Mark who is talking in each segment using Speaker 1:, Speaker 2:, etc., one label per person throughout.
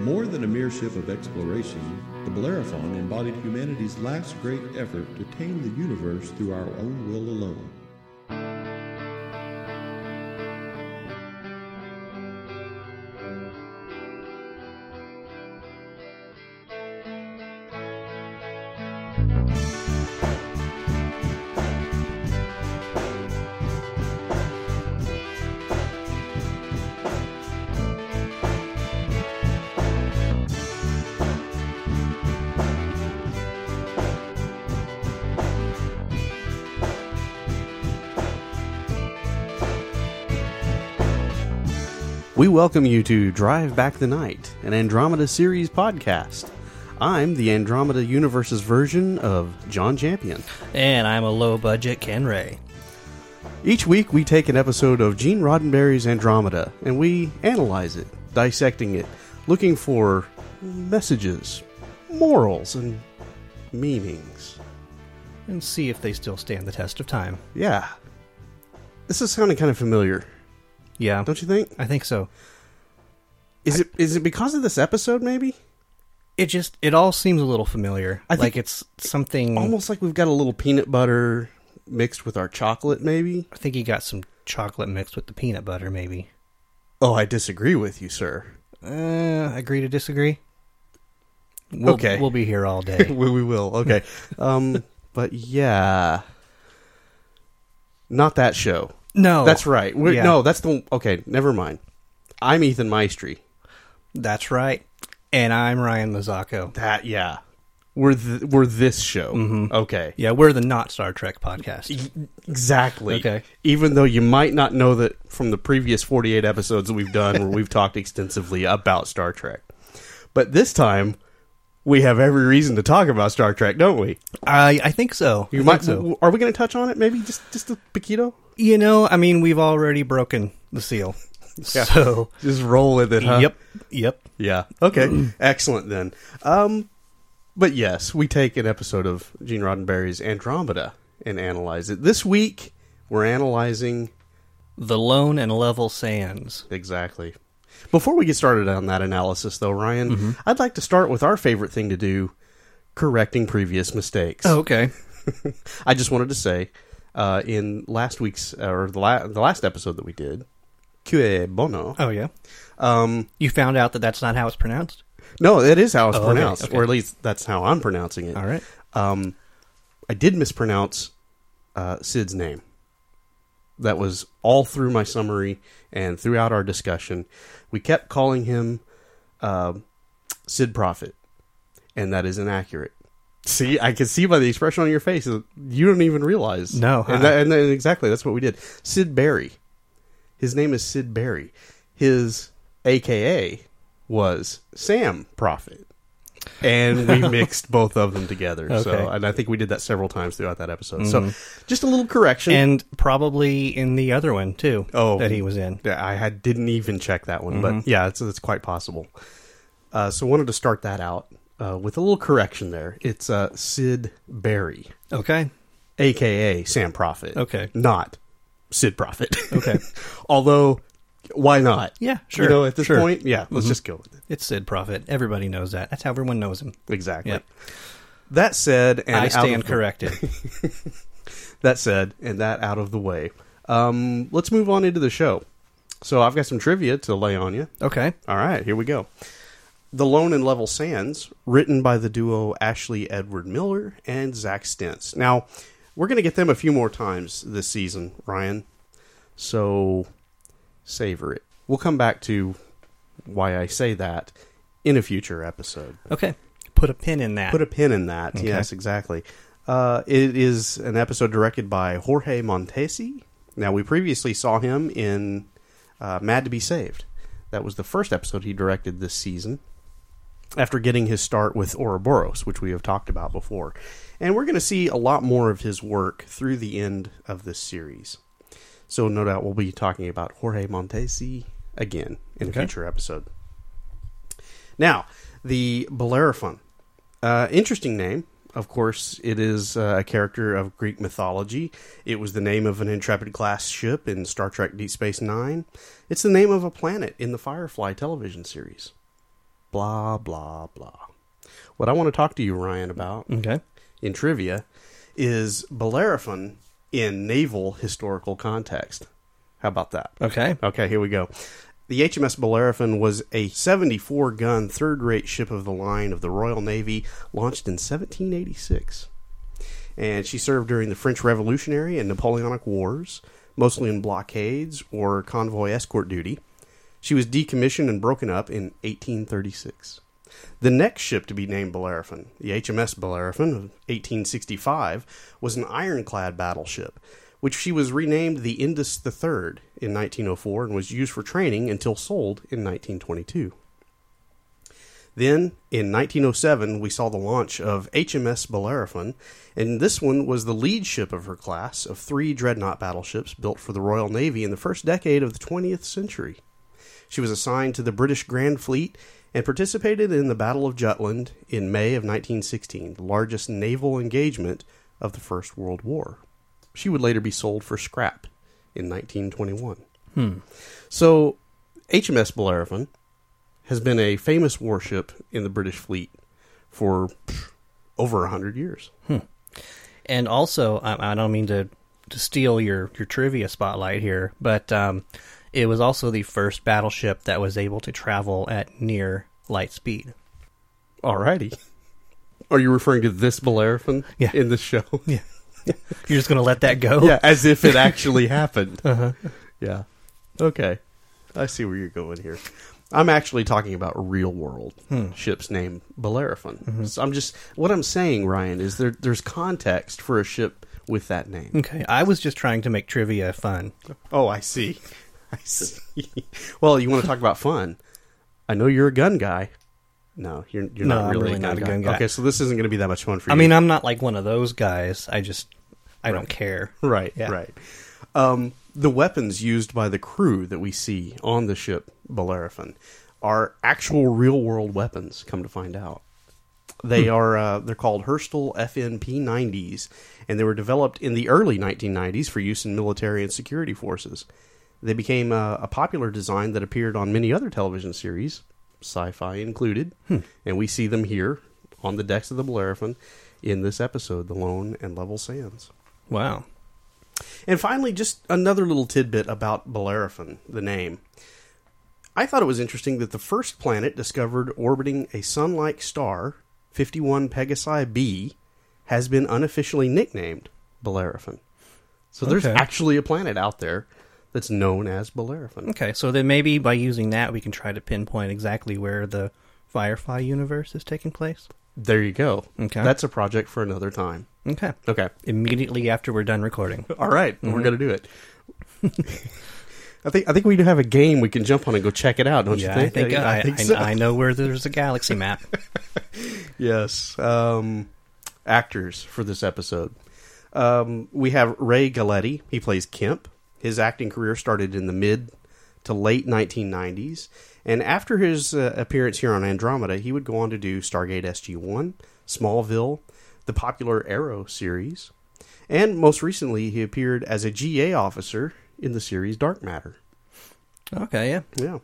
Speaker 1: More than a mere ship of exploration, the Bellerophon embodied humanity's last great effort to tame the universe through our own will alone.
Speaker 2: We welcome you to Drive Back the Night, an Andromeda series podcast. I'm the Andromeda Universe's version of John Champion.
Speaker 3: And I'm a low budget Ken Ray.
Speaker 2: Each week, we take an episode of Gene Roddenberry's Andromeda and we analyze it, dissecting it, looking for messages, morals, and meanings.
Speaker 3: And see if they still stand the test of time.
Speaker 2: Yeah. This is sounding kind of familiar,
Speaker 3: Yeah.
Speaker 2: don't you think?
Speaker 3: I think so.
Speaker 2: Is it is it because of this episode? Maybe
Speaker 3: It just it all seems a little familiar.
Speaker 2: I think-
Speaker 3: like it's something
Speaker 2: almost like we've got a little peanut butter mixed with our chocolate, maybe.
Speaker 3: I think he got some chocolate mixed with the peanut butter maybe.
Speaker 2: Oh, I disagree with you, sir.
Speaker 3: Uh, agree to disagree. We'll,
Speaker 2: Okay.
Speaker 3: We'll be here all day.
Speaker 2: we, we will. Okay. Um, but yeah, not that show.
Speaker 3: no.
Speaker 2: that's right. We're,
Speaker 3: Yeah.
Speaker 2: No, that's the. Okay, never mind. I'm Ethan Maestri.
Speaker 3: That's right. And I'm Ryan Mazzacco.
Speaker 2: That yeah. We're th- we're this show. Okay.
Speaker 3: Mm-hmm. Yeah, we're the not Star Trek podcast.
Speaker 2: Exactly.
Speaker 3: Okay.
Speaker 2: Even though you might not know that from the previous 48 episodes that we've done where we've talked extensively about Star Trek. But this time we have every reason to talk about Star Trek, don't we?
Speaker 3: I I think so.
Speaker 2: You
Speaker 3: I
Speaker 2: might
Speaker 3: think so.
Speaker 2: Are we going to touch on it maybe just just a Paquito?
Speaker 3: You know, I mean, we've already broken the seal. So,
Speaker 2: Just roll with it, huh?
Speaker 3: yep, yep.
Speaker 2: Yeah. Okay. Excellent then. Um, but yes, we take an episode of Gene Roddenberry's Andromeda and analyze it. This week, we're analyzing
Speaker 3: The Lone and Level Sands.
Speaker 2: exactly. Before we get started on that analysis, though, Ryan, I'd like to start with our favorite thing to do: correcting previous mistakes.
Speaker 3: Oh, okay.
Speaker 2: I just wanted to say, uh, in last week's or the, la- the last episode that we did, que bono.
Speaker 3: Oh, yeah.
Speaker 2: Um,
Speaker 3: You found out that that's not how it's pronounced?
Speaker 2: no, that is how it's
Speaker 3: Oh, okay,
Speaker 2: pronounced,
Speaker 3: okay.
Speaker 2: or at least that's how I'm pronouncing it.
Speaker 3: All right.
Speaker 2: Um, I did mispronounce uh, Sid's name. That was all through my summary and throughout our discussion. We kept calling him uh, Sid Prophet, and that is inaccurate. See, I can see by the expression on your face that you don't even realize.
Speaker 3: No, huh?
Speaker 2: and, that, and that- exactly that's what we did. Sid Barry. His name is Sid Barry. His AKA was Sam Prophet. And we mixed both of them together. So,
Speaker 3: Okay. Mm-hmm.
Speaker 2: and I think we did that several times throughout that episode. So, just a little correction.
Speaker 3: And probably in the other one, too,
Speaker 2: Oh.
Speaker 3: that he was in.
Speaker 2: Yeah, I had, didn't even check that one,
Speaker 3: Mm-hmm.
Speaker 2: but yeah, it's, it's quite possible. Uh, so, wanted to start that out uh, with a little correction there. It's uh, Sid Barry,
Speaker 3: Okay.
Speaker 2: aka Sam Prophet.
Speaker 3: Okay.
Speaker 2: not Sid Prophet.
Speaker 3: Okay.
Speaker 2: although why not?
Speaker 3: Yeah, sure,
Speaker 2: You know, at this
Speaker 3: sure. Mm-hmm.
Speaker 2: point, yeah, let's just go with it.
Speaker 3: It's Sid Prophet. Everybody knows that. That's how everyone knows him.
Speaker 2: Exactly.
Speaker 3: Yep.
Speaker 2: That said, and
Speaker 3: I
Speaker 2: out of
Speaker 3: stand
Speaker 2: the-
Speaker 3: corrected.
Speaker 2: That said, and that out of the way, um, let's move on into the show. So I've got some trivia to lay on you.
Speaker 3: okay.
Speaker 2: All right, here we go. The Lone and Level Sands, written by the duo Ashley Edward Miller and Zach Stentz. Now, we're going to get them a few more times this season, Ryan. So savor it. We'll come back to why I say that in a future episode.
Speaker 3: Okay. Put a pin in that.
Speaker 2: Put a pin in that. Yes, exactly. Uh, it is an episode directed by Jorge Montesi. Now, we previously saw him in uh, Mad to Be Saved. That was the first episode he directed this season after getting his start with Ouroboros, which we have talked about before. And we're going to see a lot more of his work through the end of this series. So, no doubt, we'll be talking about Jorge Montesi again in a future episode. Now, the Bellerophon. Uh, interesting name. Of course, it is uh, a character of Greek mythology. It was the name of an Intrepid class ship in Star Trek Deep Space Nine. It's the name of a planet in the Firefly television series. Blah, blah, blah. What I want to talk to you, Ryan, about
Speaker 3: Okay.
Speaker 2: in trivia is Bellerophon in naval historical context. How about that?
Speaker 3: Okay.
Speaker 2: Okay, here we go. The HMS Bellerophon was a 74 gun third rate ship of the line of the Royal Navy, launched in 1786. And she served during the French Revolutionary and Napoleonic Wars, mostly in blockades or convoy escort duty. She was decommissioned and broken up in 1836. The next ship to be named Bellerophon, the HMS Bellerophon of 1865, was an ironclad battleship, which she was renamed the Indus III in 1904 and was used for training until sold in 1922. Then, in 1907, we saw the launch of HMS Bellerophon, and this one was the lead ship of her class of three dreadnought battleships built for the Royal Navy in the first decade of the 20th century. She was assigned to the British Grand Fleet and participated in the Battle of Jutland in May of 1916, the largest naval engagement of the First World War. She would later be sold for scrap in 1921. So, HMS Bellerophon has been a famous warship in the British fleet for pff, over 100 years.
Speaker 3: And also, I, I don't mean to, to steal your, your trivia spotlight here, but um, it was also the first battleship that was able to travel at near light speed.
Speaker 2: Alrighty. Are you referring to this Bellerophon
Speaker 3: Yeah.
Speaker 2: in the show?
Speaker 3: Yeah. You're just going to let that go?
Speaker 2: yeah, Uh-huh. as if it actually happened. Yeah. Okay. I see where you're going here. I'm actually talking about real world ships named Bellerophon. So I'm just what I'm saying, Ryan, is there there's context for a ship with that name.
Speaker 3: Okay. I was just trying to make trivia fun.
Speaker 2: Oh, I see. I see. well, you want to talk about fun? I know you're a gun guy. No, you're you're
Speaker 3: No,
Speaker 2: not
Speaker 3: I'm
Speaker 2: really,
Speaker 3: really
Speaker 2: a, gun
Speaker 3: not a
Speaker 2: guy.
Speaker 3: gun guy.
Speaker 2: Okay, so this isn't going to be that much fun for
Speaker 3: I
Speaker 2: you.
Speaker 3: mean, I'm not like one of those guys. I just, I don't care.
Speaker 2: Right,
Speaker 3: Yeah.
Speaker 2: right. Um, the weapons used by the crew that we see on the ship Bellerophon are actual real world weapons, come to find out. They are uh, they're called Herstal FNP 90s, and they were developed in the early 1990s for use in military and security forces. They became uh, a, a popular design that appeared on many other television series, sci-fi included, and we see them here on the decks of the Bellerophon in this episode, "The Lone and Level Sands."
Speaker 3: Wow.
Speaker 2: And finally, just another little tidbit about Bellerophon, the name. I thought it was interesting that the first planet discovered orbiting a sun like star, 51 Pegasi b, has been unofficially nicknamed Bellerophon. So there's
Speaker 3: Okay.
Speaker 2: actually a planet out there that's known as Bellerophon.
Speaker 3: Okay, so then maybe by using that, we can try to pinpoint exactly where the Firefly universe is taking place.
Speaker 2: There you go.
Speaker 3: Okay.
Speaker 2: That's a project for another time.
Speaker 3: Okay.
Speaker 2: Okay.
Speaker 3: Immediately after we're done recording.
Speaker 2: All right,
Speaker 3: Mm-hmm.
Speaker 2: we're gonna do it. I think I think we do have a game we can jump on and go check it out, don't
Speaker 3: yeah,
Speaker 2: you think?
Speaker 3: I think, I, I,
Speaker 2: so.
Speaker 3: I know where there's a galaxy map.
Speaker 2: Yes. Um, actors for this episode. Um, we have Ray Galetti. He plays Kemp. His acting career started in the mid to late 1990s. And after his uh, appearance here on Andromeda, he would go on to do Stargate SG 1, Smallville, the popular Arrow series. And most recently, he appeared as a GA officer in the series Dark Matter.
Speaker 3: okay, yeah.
Speaker 2: Yeah.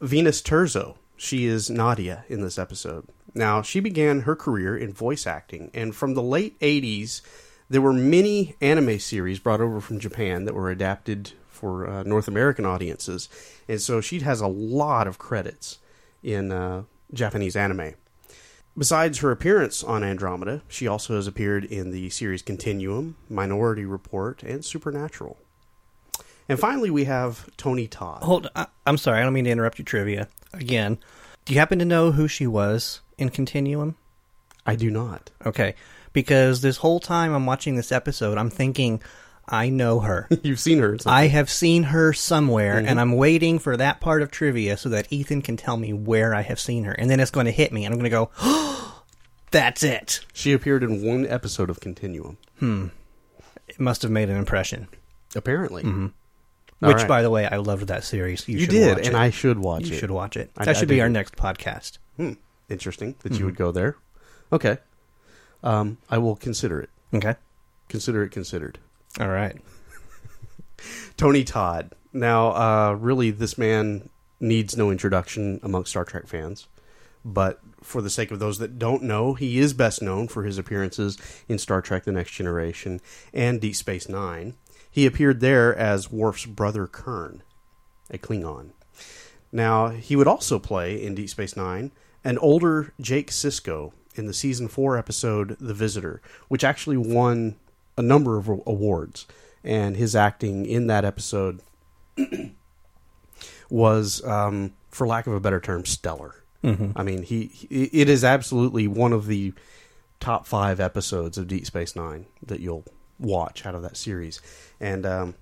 Speaker 2: Venus Terzo. She is Nadia in this episode. Now, she began her career in voice acting, and from the late 80s, there were many anime series brought over from Japan that were adapted for uh, North American audiences. And so she has a lot of credits in uh, Japanese anime. Besides her appearance on Andromeda, she also has appeared in the series Continuum, Minority Report, and Supernatural. And finally, we have Tony Todd.
Speaker 3: Hold I, I'm sorry, I don't mean to interrupt your trivia again. Do you happen to know who she was in Continuum?
Speaker 2: I do not.
Speaker 3: Okay, because this whole time I'm watching this episode, I'm thinking, I know her.
Speaker 2: You've seen her. It's like-
Speaker 3: I have seen her somewhere,
Speaker 2: Mm-hmm.
Speaker 3: and I'm waiting for that part of trivia so that Ethan can tell me where I have seen her. And then it's going to hit me, and I'm going to go, that's it.
Speaker 2: she appeared in one episode of Continuum,
Speaker 3: It must have made an impression.
Speaker 2: apparently. All
Speaker 3: Which,
Speaker 2: right.
Speaker 3: by the way, I loved that series. Mm-hmm. You,
Speaker 2: you
Speaker 3: should
Speaker 2: did,
Speaker 3: watch
Speaker 2: and
Speaker 3: it.
Speaker 2: I should watch
Speaker 3: You
Speaker 2: it.
Speaker 3: should watch it.
Speaker 2: I-
Speaker 3: that
Speaker 2: I
Speaker 3: should be our
Speaker 2: didn't.
Speaker 3: next podcast.
Speaker 2: Hmm. Interesting that
Speaker 3: Mm-hmm.
Speaker 2: you would go there. Okay, um, I will consider it.
Speaker 3: Okay.
Speaker 2: Consider it considered.
Speaker 3: All right.
Speaker 2: Tony Todd. Now, uh, really, this man needs no introduction amongst Star Trek fans. But for the sake of those that don't know, he is best known for his appearances in Star Trek The Next Generation and Deep Space Nine. He appeared there as Worf's brother Kern, a Klingon. Now, he would also play in Deep Space Nine an older Jake Sisko in the season four episode The Visitor, which actually won a number of awards. And his acting in that episode was, um, for lack of a better term, stellar. I mean, he, he it is absolutely one of the top five episodes of Deep Space Nine that you'll watch out of that series, and um,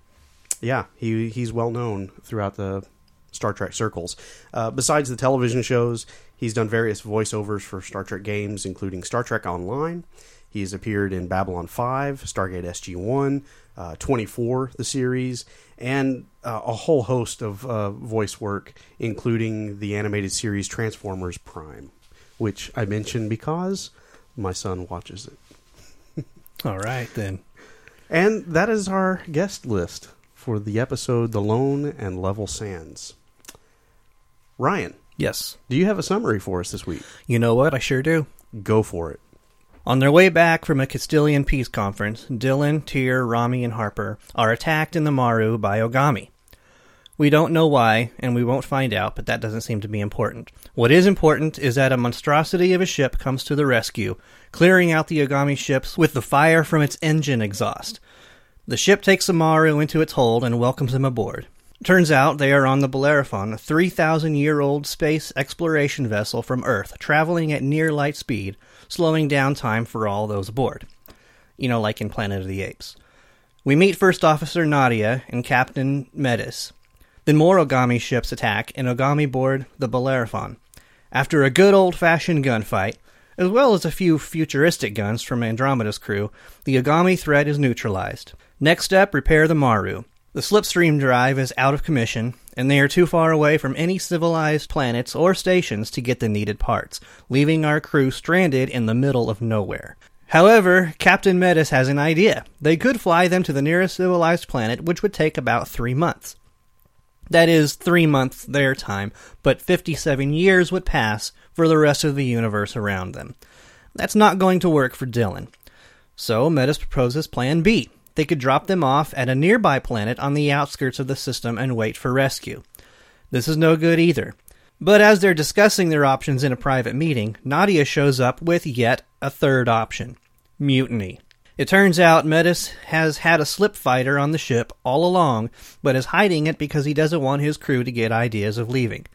Speaker 2: yeah, he he's well known throughout the Star Trek circles. Uh, besides the television shows, he's done various voiceovers for Star Trek games, including Star Trek Online. He has appeared in Babylon 5, Stargate SG 1, uh, 24, the series, and uh, a whole host of uh, voice work, including the animated series Transformers Prime, which I mention because my son watches it.
Speaker 3: All right, then.
Speaker 2: And that is our guest list for the episode The Lone and Level Sands. Ryan,
Speaker 3: Yes.
Speaker 2: do you have a summary for us this week?
Speaker 3: You know what? I sure do.
Speaker 2: Go for it.
Speaker 3: On their way back from a Castilian peace conference, Dylan, Tyr, Rami, and Harper are attacked in the Maru by Ogami. We don't know why, and we won't find out, but that doesn't seem to be important. What is important is that a monstrosity of a ship comes to the rescue, clearing out the Ogami ships with the fire from its engine exhaust. The ship takes the Maru into its hold and welcomes them aboard. Turns out they are on the Bellerophon, a 3,000 year old space exploration vessel from Earth, traveling at near light speed, slowing down time for all those aboard. You know, like in Planet of the Apes. We meet First Officer Nadia and Captain Metis. Then more Ogami ships attack, and Ogami board the Bellerophon. After a good old fashioned gunfight, as well as a few futuristic guns from Andromeda's crew, the Ogami threat is neutralized. Next up, repair the Maru. The slipstream drive is out of commission, and they are too far away from any civilized planets or stations to get the needed parts, leaving our crew stranded in the middle of nowhere. However, Captain Metis has an idea. They could fly them to the nearest civilized planet, which would take about three months. That is three months their time, but 57 years would pass for the rest of the universe around them. That's not going to work for Dylan. So Metis proposes Plan B. They could drop them off at a nearby planet on the outskirts of the system and wait for rescue. This is no good either. But as they're discussing their options in a private meeting, Nadia shows up with yet a third option mutiny. It turns out Metis has had a slip fighter on the ship all along, but is hiding it because he doesn't want his crew to get ideas of leaving.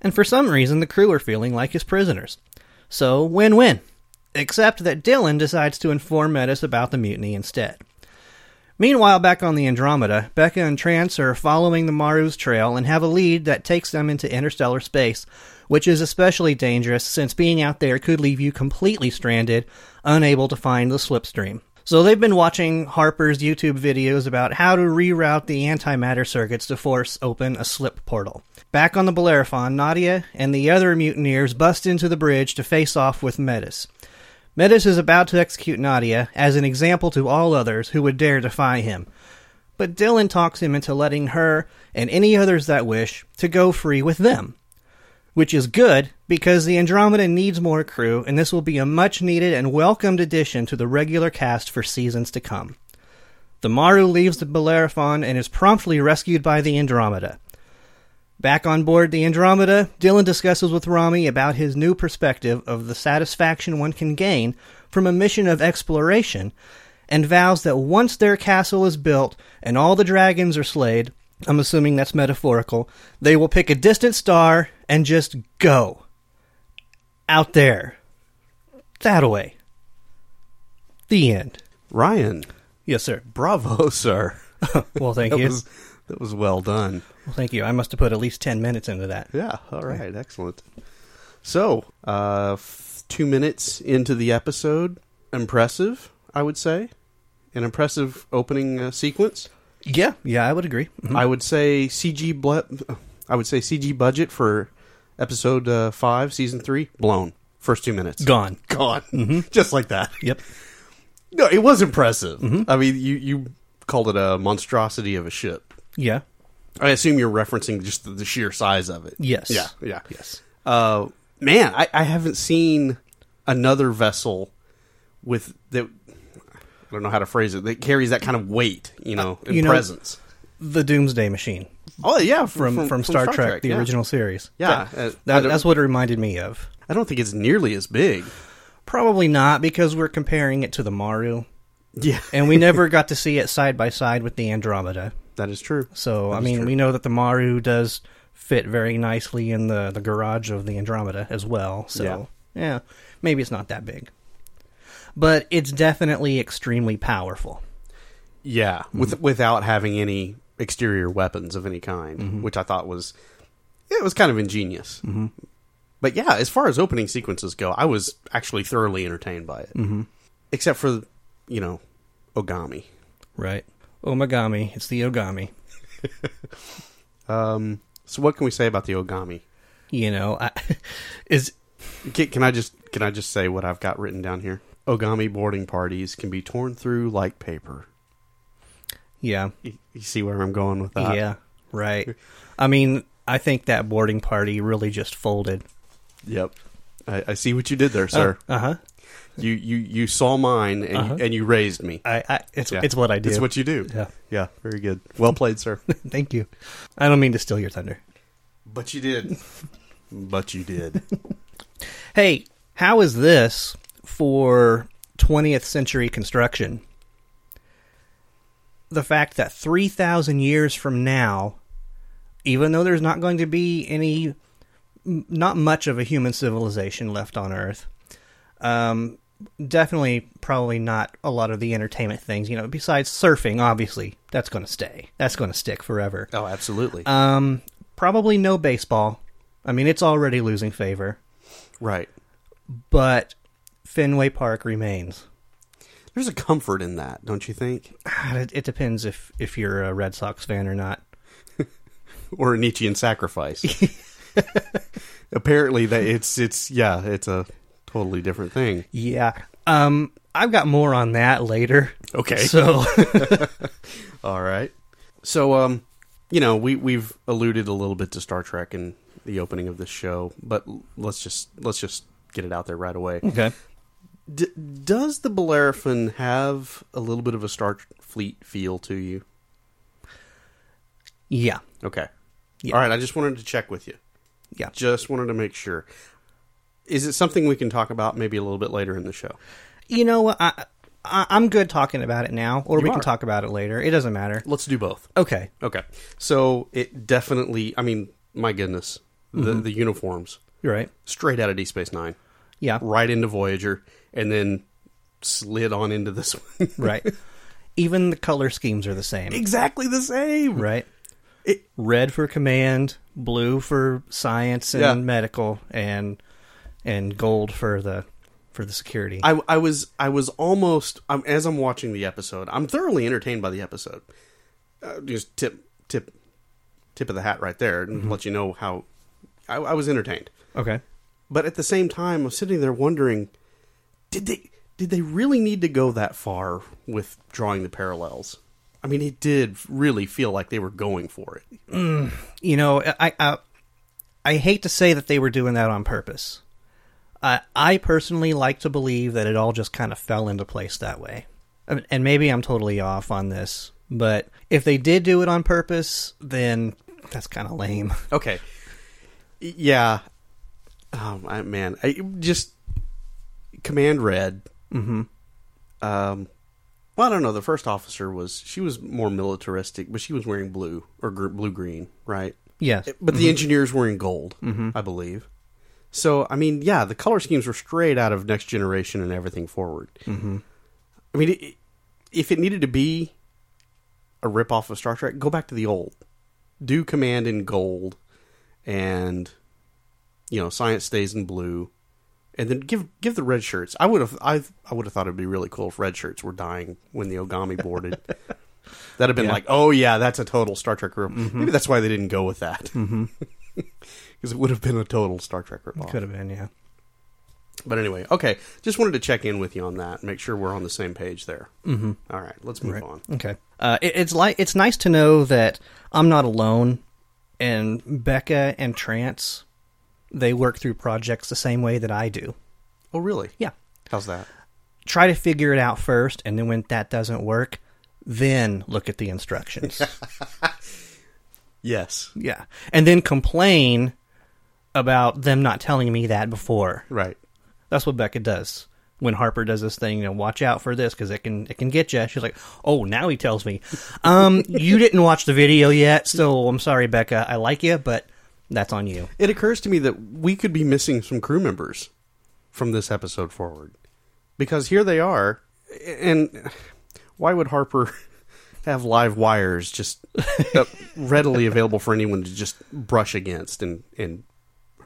Speaker 3: And for some reason, the crew are feeling like his prisoners. So, win win. Except that Dylan decides to inform Metis about the mutiny instead. Meanwhile, back on the Andromeda, Becca and Trance are following the Maru's trail and have a lead that takes them into interstellar space, which is especially dangerous since being out there could leave you completely stranded, unable to find the slipstream. So they've been watching Harper's YouTube videos about how to reroute the antimatter circuits to force open a slip portal. Back on the Bellerophon, Nadia and the other mutineers bust into the bridge to face off with Metis. Metis is about to execute Nadia as an example to all others who would dare defy him. But Dylan talks him into letting her and any others that wish to go free with them. Which is good because the Andromeda needs more crew, and this will be a much needed and welcomed addition to the regular cast for seasons to come. The Maru leaves the Bellerophon and is promptly rescued by the Andromeda. Back on board the Andromeda, Dylan discusses with Rami about his new perspective of the satisfaction one can gain from a mission of exploration and vows that once their castle is built and all the dragons are slayed, I'm assuming that's metaphorical, they will pick a distant star and just go. Out there. That way. The end.
Speaker 2: Ryan,
Speaker 3: Yes, sir.
Speaker 2: bravo, Oh, sir.
Speaker 3: Well, thank
Speaker 2: that
Speaker 3: you.
Speaker 2: was that was well done.
Speaker 3: Well, thank you. I must have put at least 10 minutes into that.
Speaker 2: Yeah. All right. Excellent. So, uh, f- two minutes into the episode, impressive, I would say, an impressive opening uh, sequence.
Speaker 3: Yeah, yeah, I would agree. Mhm.
Speaker 2: I would say CG. Ble- I would say CG budget for episode uh, five, season three, blown. First two minutes
Speaker 3: Gone.
Speaker 2: gone, Mm-hmm. just like that.
Speaker 3: Yep.
Speaker 2: No, it was impressive. I mean, you you called it a monstrosity of a ship.
Speaker 3: Yeah.
Speaker 2: I assume you're referencing just the, the sheer size of it.
Speaker 3: Yes.
Speaker 2: Yeah. Yeah.
Speaker 3: Yes.
Speaker 2: Uh, man, I, I haven't seen another vessel with that. I don't know how to phrase it. That carries that kind of weight, you know, and
Speaker 3: Uh, you know-
Speaker 2: presence.
Speaker 3: The Doomsday Machine
Speaker 2: oh yeah,
Speaker 3: from, from, Star, Trek, the
Speaker 2: yeah.
Speaker 3: original series.
Speaker 2: Yeah,
Speaker 3: That-
Speaker 2: uh, I
Speaker 3: that,
Speaker 2: don't-
Speaker 3: that's what it reminded me of.
Speaker 2: I don't think it's nearly as big.
Speaker 3: Probably not because we're comparing it to the Maru,
Speaker 2: Yeah,
Speaker 3: and we never got to see it side by side with the Andromeda.
Speaker 2: that is true.
Speaker 3: So
Speaker 2: That
Speaker 3: I
Speaker 2: is
Speaker 3: mean,
Speaker 2: true.
Speaker 3: we know that the Maru does fit very nicely in the the garage of the Andromeda as well. So yeah, maybe it's not that big, but it's definitely extremely powerful.
Speaker 2: Yeah, with without having any exterior weapons of any kind, which I thought was it was kind of ingenious. Mm-hmm. But yeah, as far as opening sequences go, I was actually thoroughly entertained by it, mm-hmm. except for you know Ogami.
Speaker 3: Right. Omagami. It's the Ogami.
Speaker 2: Um, so what can we say about the Ogami?
Speaker 3: You know, I, is
Speaker 2: Can, can I just can I just say what I've got written down here? Ogami boarding parties can be torn through like paper.
Speaker 3: yeah,
Speaker 2: You, you see where I'm going with that?
Speaker 3: yeah, right. I mean, I think that boarding party really just folded.
Speaker 2: Yep. I, I see what you did there, sir.
Speaker 3: Uh huh.
Speaker 2: You you you saw mine and
Speaker 3: Uh-huh.
Speaker 2: and you raised me.
Speaker 3: I, I it's
Speaker 2: Yeah.
Speaker 3: it's what I do.
Speaker 2: It's what you do.
Speaker 3: Yeah.
Speaker 2: Yeah. Very good. Well played, sir.
Speaker 3: Thank you. I don't mean to steal your thunder.
Speaker 2: but you did. But you did.
Speaker 3: Hey, how is this for 20th century construction? The fact that 3,000 years from now, even though there's not going to be any, m- not much of a human civilization left on Earth, um, definitely probably not a lot of the entertainment things, you know, besides surfing, obviously, that's going to stay. That's going to stick forever.
Speaker 2: oh, absolutely.
Speaker 3: Um, probably no baseball. I mean, it's already losing favor
Speaker 2: right.
Speaker 3: but Fenway Park remains.
Speaker 2: There's a comfort in that, don't you think?
Speaker 3: It, it depends if if you're a Red Sox fan or not.
Speaker 2: Or a Nietzschean sacrifice. Apparently, that it's it's yeah, it's a totally different thing.
Speaker 3: Yeah. Um, I've got more on that later.
Speaker 2: Okay.
Speaker 3: So
Speaker 2: All right. So, um, you know, we we've alluded a little bit to Star Trek in the opening of this show, but l- let's just let's just get it out there right away.
Speaker 3: okay.
Speaker 2: D- does the Bellerophon have a little bit of a Starfleet feel to you?
Speaker 3: Yeah.
Speaker 2: Okay.
Speaker 3: Yeah.
Speaker 2: All right. I just wanted to check with you.
Speaker 3: Yeah.
Speaker 2: Just wanted to make sure. Is it something we can talk about maybe a little bit later in the show?
Speaker 3: You know what? I, I I'm good talking about it now, or
Speaker 2: You
Speaker 3: we
Speaker 2: are.
Speaker 3: can talk about it later. It doesn't matter.
Speaker 2: Let's do both.
Speaker 3: Okay.
Speaker 2: Okay. So it definitely. I mean, my goodness, the the uniforms
Speaker 3: You're right.
Speaker 2: straight out of D Space Nine,
Speaker 3: Yeah.
Speaker 2: right into Voyager, and then slid on into this one.
Speaker 3: Right. Even the color schemes are the same.
Speaker 2: exactly the same.
Speaker 3: Right.
Speaker 2: It-
Speaker 3: Red for command, blue for science and
Speaker 2: Yeah.
Speaker 3: medical, and and gold for the for the security.
Speaker 2: I, I was I was almost I'm, as I'm watching the episode. I'm thoroughly entertained by the episode. Uh, just tip tip tip of the hat right there, and let you know how I, I was entertained.
Speaker 3: okay.
Speaker 2: But at the same time, I'm sitting there wondering, did they did they really need to go that far with drawing the parallels? I mean, it did really feel like they were going for it.
Speaker 3: you know, I, I I hate to say that they were doing that on purpose. I I personally like to believe that it all just kind of fell into place that way. I mean, And maybe I'm totally off on this, but if they did do it on purpose, then that's kind of lame.
Speaker 2: Okay, Y- yeah. Oh I- man, I just Command Red.
Speaker 3: Mm-hmm.
Speaker 2: um well i don't know the first officer was she was more militaristic but she was wearing blue or gr- blue green right
Speaker 3: Yes.
Speaker 2: Eh, but the engineers were in gold i believe so i mean yeah the color schemes were straight out of next generation and everything forward mm-hmm. i mean it, if it needed to be a rip off of star trek go back to the old do command in gold and you know science stays in blue and then give give the red shirts i would have i i would have thought it'd be really cool if red shirts were dying when the ogami boarded that'd have been like oh yeah Mm-hmm. that's a total star trek rip maybe that's why they didn't go with that because it would have been a total star trek rip
Speaker 3: Could have been, yeah.
Speaker 2: but anyway okay just wanted to check in with you on that make sure we're on the same page there mm-hmm. all right let's move on
Speaker 3: Okay. Uh, it, it's like it's nice to know that I'm not alone, and Becca and Trance they work through projects the same way that I do.
Speaker 2: Oh, really?
Speaker 3: Yeah.
Speaker 2: How's that?
Speaker 3: Try to figure it out first, and then when that doesn't work, then look at the instructions.
Speaker 2: Yes.
Speaker 3: yeah. And then complain about them not telling me that before.
Speaker 2: Right.
Speaker 3: That's what Becca does when Harper does this thing. You know, watch out for this because it can it can get you. She's like, oh, now he tells me, um, you didn't watch the video yet, so I'm sorry, Becca. I like you, but that's on you.
Speaker 2: It occurs to me that we could be missing some crew members from this episode forward because here they are, and why would Harper have live wires just uh, readily available for anyone to just brush against and and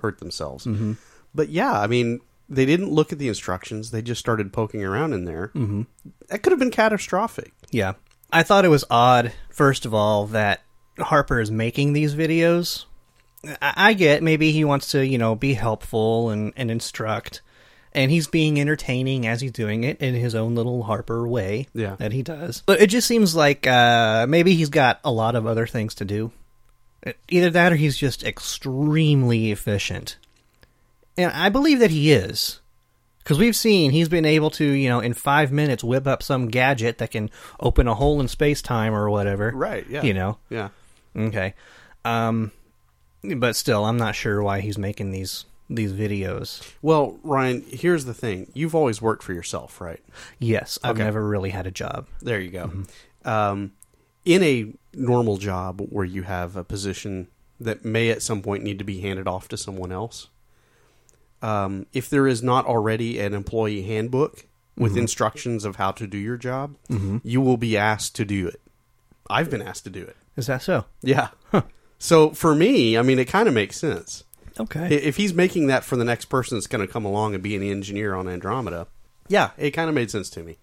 Speaker 2: hurt themselves?
Speaker 3: Mm-hmm.
Speaker 2: But yeah, I mean. They didn't look at the instructions. They just started poking around in there. Mm-hmm. That could have been catastrophic.
Speaker 3: Yeah, I thought it was odd. First of all, that Harper is making these videos. I, I get maybe he wants to you know be helpful and and instruct. And he's being entertaining as he's doing it in his own little Harper way
Speaker 2: Yeah.
Speaker 3: that he does. But it just seems like uh, maybe he's got a lot of other things to do. Either that or he's just extremely efficient. And I believe that he is. Because we've seen he's been able to, you know, in five minutes whip up some gadget that can open a hole in space time or whatever.
Speaker 2: Right, yeah.
Speaker 3: You know?
Speaker 2: Yeah.
Speaker 3: Okay. Um, but still, I'm not sure why he's making these these videos.
Speaker 2: Well, Ryan, here's the thing. You've always worked for yourself, right?
Speaker 3: Yes, I've never really had a job.
Speaker 2: There you go. Um, in a normal job where you have a position that may at some point need to be handed off to someone else, um, if there is not already an employee handbook with instructions of how to do your job, you will be asked to do it. I've been asked to do it.
Speaker 3: Is that so?
Speaker 2: Yeah. So for me, I mean, it kind of makes sense.
Speaker 3: Okay.
Speaker 2: I- If he's making that for the next person that's going to come along and be an engineer on Andromeda, yeah, it kind of made sense to me.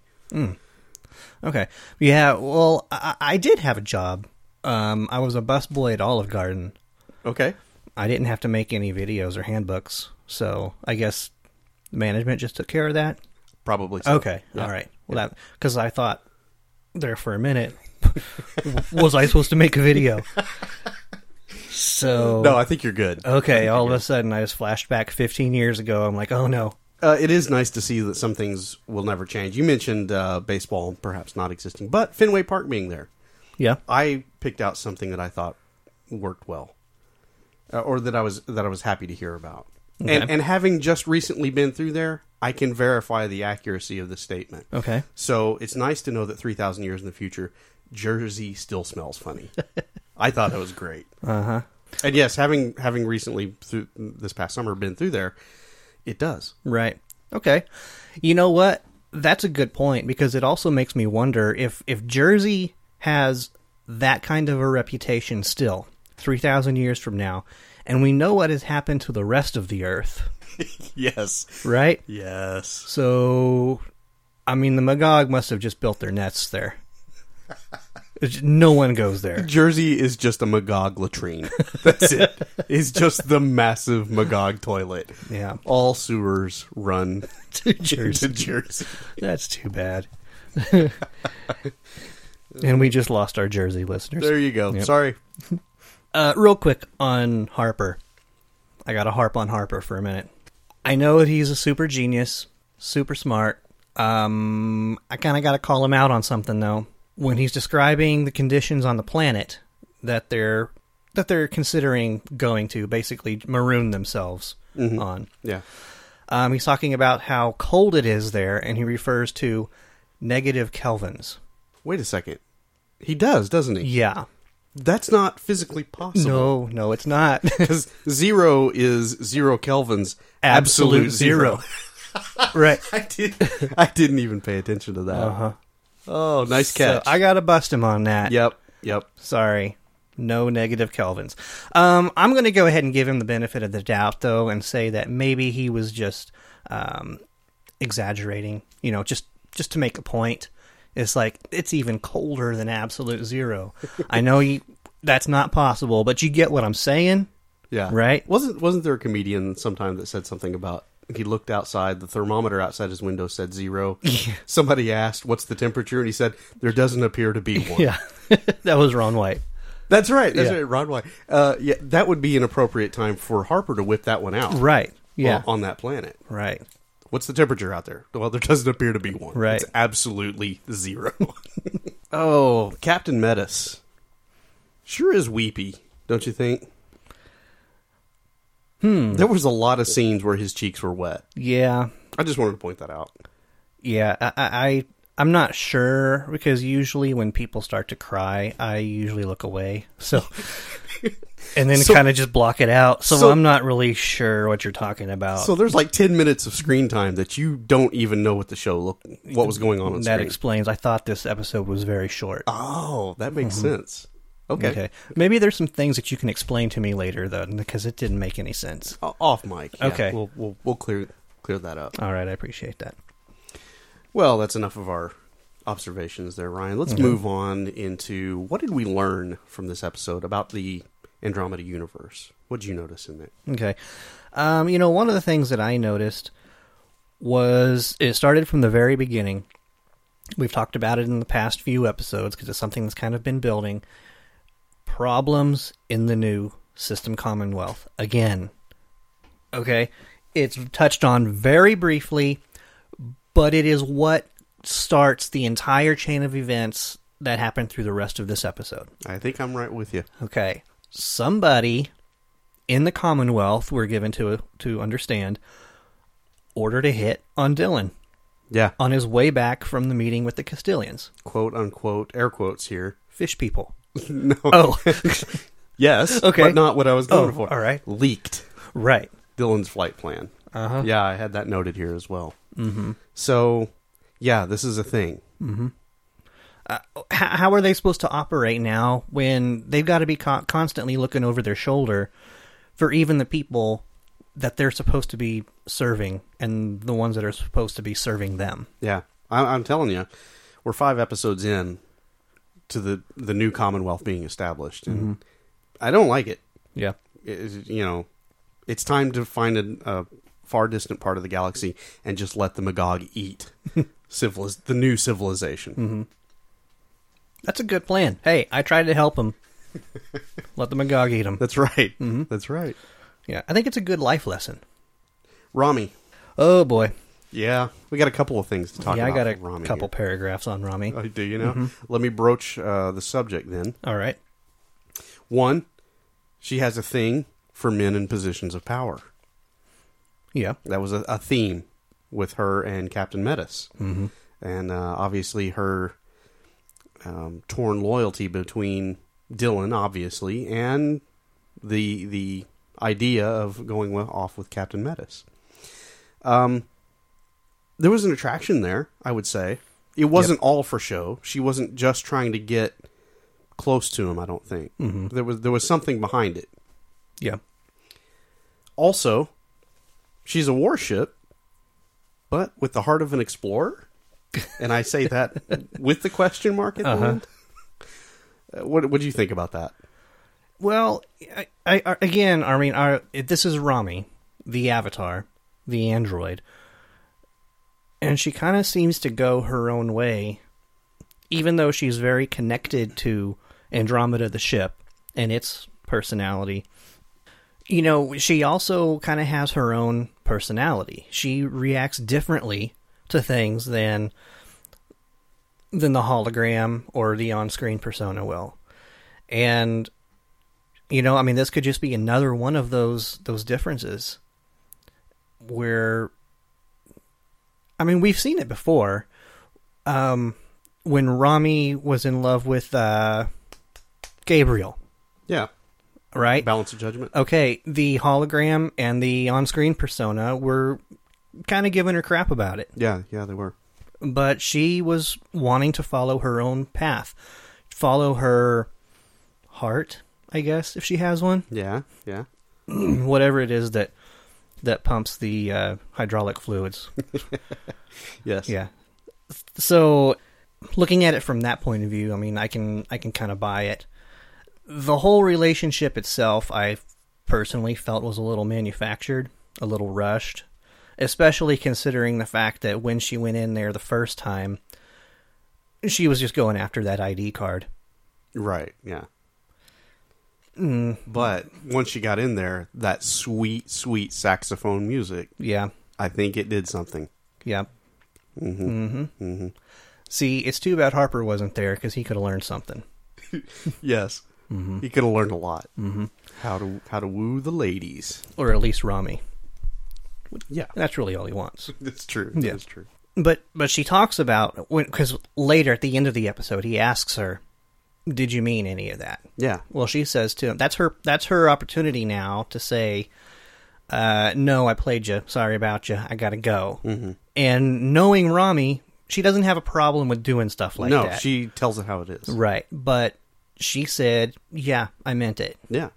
Speaker 3: Okay. Yeah. Well, I, I did have a job. Um, I was a busboy at Olive Garden.
Speaker 2: Okay.
Speaker 3: I didn't have to make any videos or handbooks, so I guess management just took care of that.
Speaker 2: Probably. So.
Speaker 3: Okay. All right. Well, that because I thought there for a minute, was I supposed to make a video? so
Speaker 2: No, I think you're good.
Speaker 3: okay. All of a sudden, I just flashed back 15 years ago. I'm like, oh no.
Speaker 2: Uh, it is nice to see that some things will never change. You mentioned uh, baseball perhaps not existing, but Fenway Park being there.
Speaker 3: Yeah.
Speaker 2: I picked out something that I thought worked well, uh, or that I was that I was happy to hear about. And,
Speaker 3: Okay.
Speaker 2: and having just recently been through there, I can verify the accuracy of this statement.
Speaker 3: Okay.
Speaker 2: So it's nice to know that three thousand years in the future, Jersey still smells funny. I thought that was great. Uh
Speaker 3: Uh-huh.
Speaker 2: huh. And yes, having having recently through this past summer been through there, it does.
Speaker 3: Right. Okay. You know what? That's a good point because it also makes me wonder if if Jersey has that kind of a reputation still 3000 years from now and we know what has happened to the rest of the earth,
Speaker 2: Yes.
Speaker 3: right?
Speaker 2: Yes.
Speaker 3: So I mean the Magog must have just built their nests there. It's just- No one goes there.
Speaker 2: Jersey is just a Magog latrine. That's it. It's just the massive Magog toilet.
Speaker 3: Yeah.
Speaker 2: All sewers run to
Speaker 3: To Jersey.
Speaker 2: Jersey.
Speaker 3: That's too bad. and we just lost our Jersey listeners.
Speaker 2: There you go. Sorry.
Speaker 3: Uh, real quick on Harper. I got to harp on Harper for a minute. I know that he's a super genius, super smart. Um, I kind of got to call him out on something though. When he's describing the conditions on the planet that they're that they're considering going to, basically maroon themselves on.
Speaker 2: Yeah.
Speaker 3: Um, he's talking about how cold it is there, and he refers to negative kelvins.
Speaker 2: Wait a second. He does, doesn't he?
Speaker 3: Yeah.
Speaker 2: That's not physically possible.
Speaker 3: No, no, it's not.
Speaker 2: Because zero is zero kelvins,
Speaker 3: Absolute right.
Speaker 2: I did. I didn't even pay attention to that. Oh, nice catch.
Speaker 3: Uh-huh. So I gotta bust him on that.
Speaker 2: yep, yep.
Speaker 3: Sorry. No negative Kelvins. Um, I'm going to go ahead and give him the benefit of the doubt, though, and say that maybe he was just um, exaggerating. You know, just just to make a point. It's like it's even colder than absolute zero. I know you, that's not possible, but you get what I'm saying.
Speaker 2: Yeah,
Speaker 3: Right?
Speaker 2: Wasn't wasn't there a comedian sometime that said something about he looked outside, the thermometer outside his window said zero. Somebody asked, "What's the temperature?" and he said, "There doesn't appear to be one."
Speaker 3: Yeah, that was Ron White.
Speaker 2: That's right. That's
Speaker 3: Yeah.
Speaker 2: right. Rod White. Uh, yeah, that would be an appropriate time for Harper to whip that one out.
Speaker 3: Right. Yeah.
Speaker 2: On, on that planet.
Speaker 3: Right.
Speaker 2: What's the temperature out there? Well, there doesn't appear to be one.
Speaker 3: Right.
Speaker 2: It's absolutely zero. oh, Captain Metis. Sure is weepy, don't you think? Hmm. There was a lot of scenes where his cheeks were wet.
Speaker 3: Yeah.
Speaker 2: I just wanted to point that out.
Speaker 3: Yeah. I, I I- I'm not sure because usually when people start to cry, I usually look away. So. And then
Speaker 2: So-
Speaker 3: kind of just block it out. So,
Speaker 2: so-
Speaker 3: I'm not really sure what you're talking about.
Speaker 2: Uh, So there's like 10 minutes of screen time that you don't even know what the show looked what was going on on
Speaker 3: that
Speaker 2: screen.
Speaker 3: explains. I thought this episode was very short.
Speaker 2: oh, that makes sense. Okay.
Speaker 3: Okay. Maybe there's some things that you can explain to me later, though, because it didn't make any sense.
Speaker 2: O- Off mic. Yeah,
Speaker 3: Okay.
Speaker 2: We'll, we'll we'll clear clear that up.
Speaker 3: All right, I appreciate that.
Speaker 2: Well, that's enough of our observations there, Ryan. Let's
Speaker 3: Mm-hmm.
Speaker 2: move on into what did we learn from this episode about the Andromeda universe? What did you notice in it?
Speaker 3: Okay. Um, you know, one of the things that I noticed was it started from the very beginning. We've talked about it in the past few episodes because it's something that's kind of been building. Problems in the new system Commonwealth. Again. Okay. It's touched on very briefly, but it is what starts the entire chain of events that happened through the rest of this episode.
Speaker 2: I think I'm right with you.
Speaker 3: Okay. Somebody in the Commonwealth we're given to to understand ordered a hit on Dylan
Speaker 2: Yeah.
Speaker 3: on his way back from the meeting with the Castilians.
Speaker 2: Quote unquote air quotes here.
Speaker 3: Fish people.
Speaker 2: no.
Speaker 3: Oh,
Speaker 2: yes.
Speaker 3: Okay.
Speaker 2: But not what I was going
Speaker 3: Oh,
Speaker 2: for.
Speaker 3: all right.
Speaker 2: Leaked
Speaker 3: right.
Speaker 2: Dylan's flight plan. Uh-huh. Yeah, I had that noted here as well. Mm-hmm. So, yeah, this is a thing.
Speaker 3: H- how are they supposed to operate now when they've got to be co- constantly looking over their shoulder for even the people that they're supposed to be serving and the ones that are supposed to be serving them?
Speaker 2: Yeah, I, I'm telling you, we're five episodes in to the the new Commonwealth being established, and
Speaker 3: Mm-hmm.
Speaker 2: I don't like it.
Speaker 3: Yeah.
Speaker 2: It- it- You know, it's time to find a, a far distant part of the galaxy and just let the Magog eat civiliz- the new civilization.
Speaker 3: Mm-hmm. That's a good plan. Hey, I tried to help him. Let the Magog eat him.
Speaker 2: That's right.
Speaker 3: Mm-hmm.
Speaker 2: That's right.
Speaker 3: Yeah, I think it's a good life lesson.
Speaker 2: Rami.
Speaker 3: Oh boy,
Speaker 2: Yeah, we got a couple of things to talk
Speaker 3: yeah, I
Speaker 2: about.
Speaker 3: got a
Speaker 2: with Rami
Speaker 3: couple Mm-hmm.
Speaker 2: here.
Speaker 3: paragraphs on Rami.
Speaker 2: Oh, do you know? Let me broach uh, the subject then.
Speaker 3: All right,
Speaker 2: One, she has a thing for men in positions of power.
Speaker 3: yeah,
Speaker 2: that was a, a theme with her and Captain Metis, mm-hmm. and uh, obviously her um, torn loyalty between Dylan, obviously, and the the idea of going wi- off with Captain Metis. Um, there was an attraction there, I would say. It wasn't all for show. She wasn't just trying to get close to him. I don't think there was there was something behind it.
Speaker 3: yeah,
Speaker 2: Also, she's a warship, but with the heart of an explorer. And I say that with the question mark at the end. Uh, What What do you think about that?
Speaker 3: Well, I, I, I- again, I mean, our, this is Rami, the avatar, the android, and she kind of seems to go her own way, even though she's very connected to Andromeda, the ship, and its personality. You know, she also kind of has her own personality. She reacts differently to things than than the hologram or the on-screen persona will. And you know i mean this could just be another one of those those differences where i mean we've seen it before um when rami was in love with uh gabriel
Speaker 2: Yeah,
Speaker 3: right
Speaker 2: balance of judgment.
Speaker 3: okay the hologram and the on-screen persona were kind of giving her crap about it
Speaker 2: Yeah, yeah, they were.
Speaker 3: but she was wanting to follow her own path follow her heart i guess if she has one
Speaker 2: Yeah, yeah.
Speaker 3: whatever it is that that pumps the uh, hydraulic fluids.
Speaker 2: Yes.
Speaker 3: yeah. So, looking at it from that point of view, I mean, I can I can kind of buy it. The whole relationship itself, I personally felt was a little manufactured, a little rushed, especially considering the fact that when she went in there the first time, she was just going after that ID card.
Speaker 2: Right, yeah. Mm. But once you got in there, that sweet, sweet saxophone music,
Speaker 3: Yeah.
Speaker 2: I think it did something.
Speaker 3: Yeah. Mm-hmm. Mm-hmm. See, it's too bad Harper wasn't there because he could have learned something.
Speaker 2: Yes, he could have learned a lot. Mm-hmm. How to how to woo the ladies.
Speaker 3: Or at least Rami.
Speaker 2: Yeah,
Speaker 3: That's really all he wants.
Speaker 2: that's true. That's true.
Speaker 3: But but she talks about because later at the end of the episode he asks her, "Did you mean any of that?"
Speaker 2: Yeah,
Speaker 3: Well, she says to him, "That's her. That's her opportunity now to say, uh, no, I played you. Sorry about you. I gotta go." Mm-hmm. And knowing Rami, she doesn't have a problem with doing stuff like
Speaker 2: no,
Speaker 3: that.
Speaker 2: she tells it how it is.
Speaker 3: right, but she said, "Yeah, I meant it."
Speaker 2: Yeah,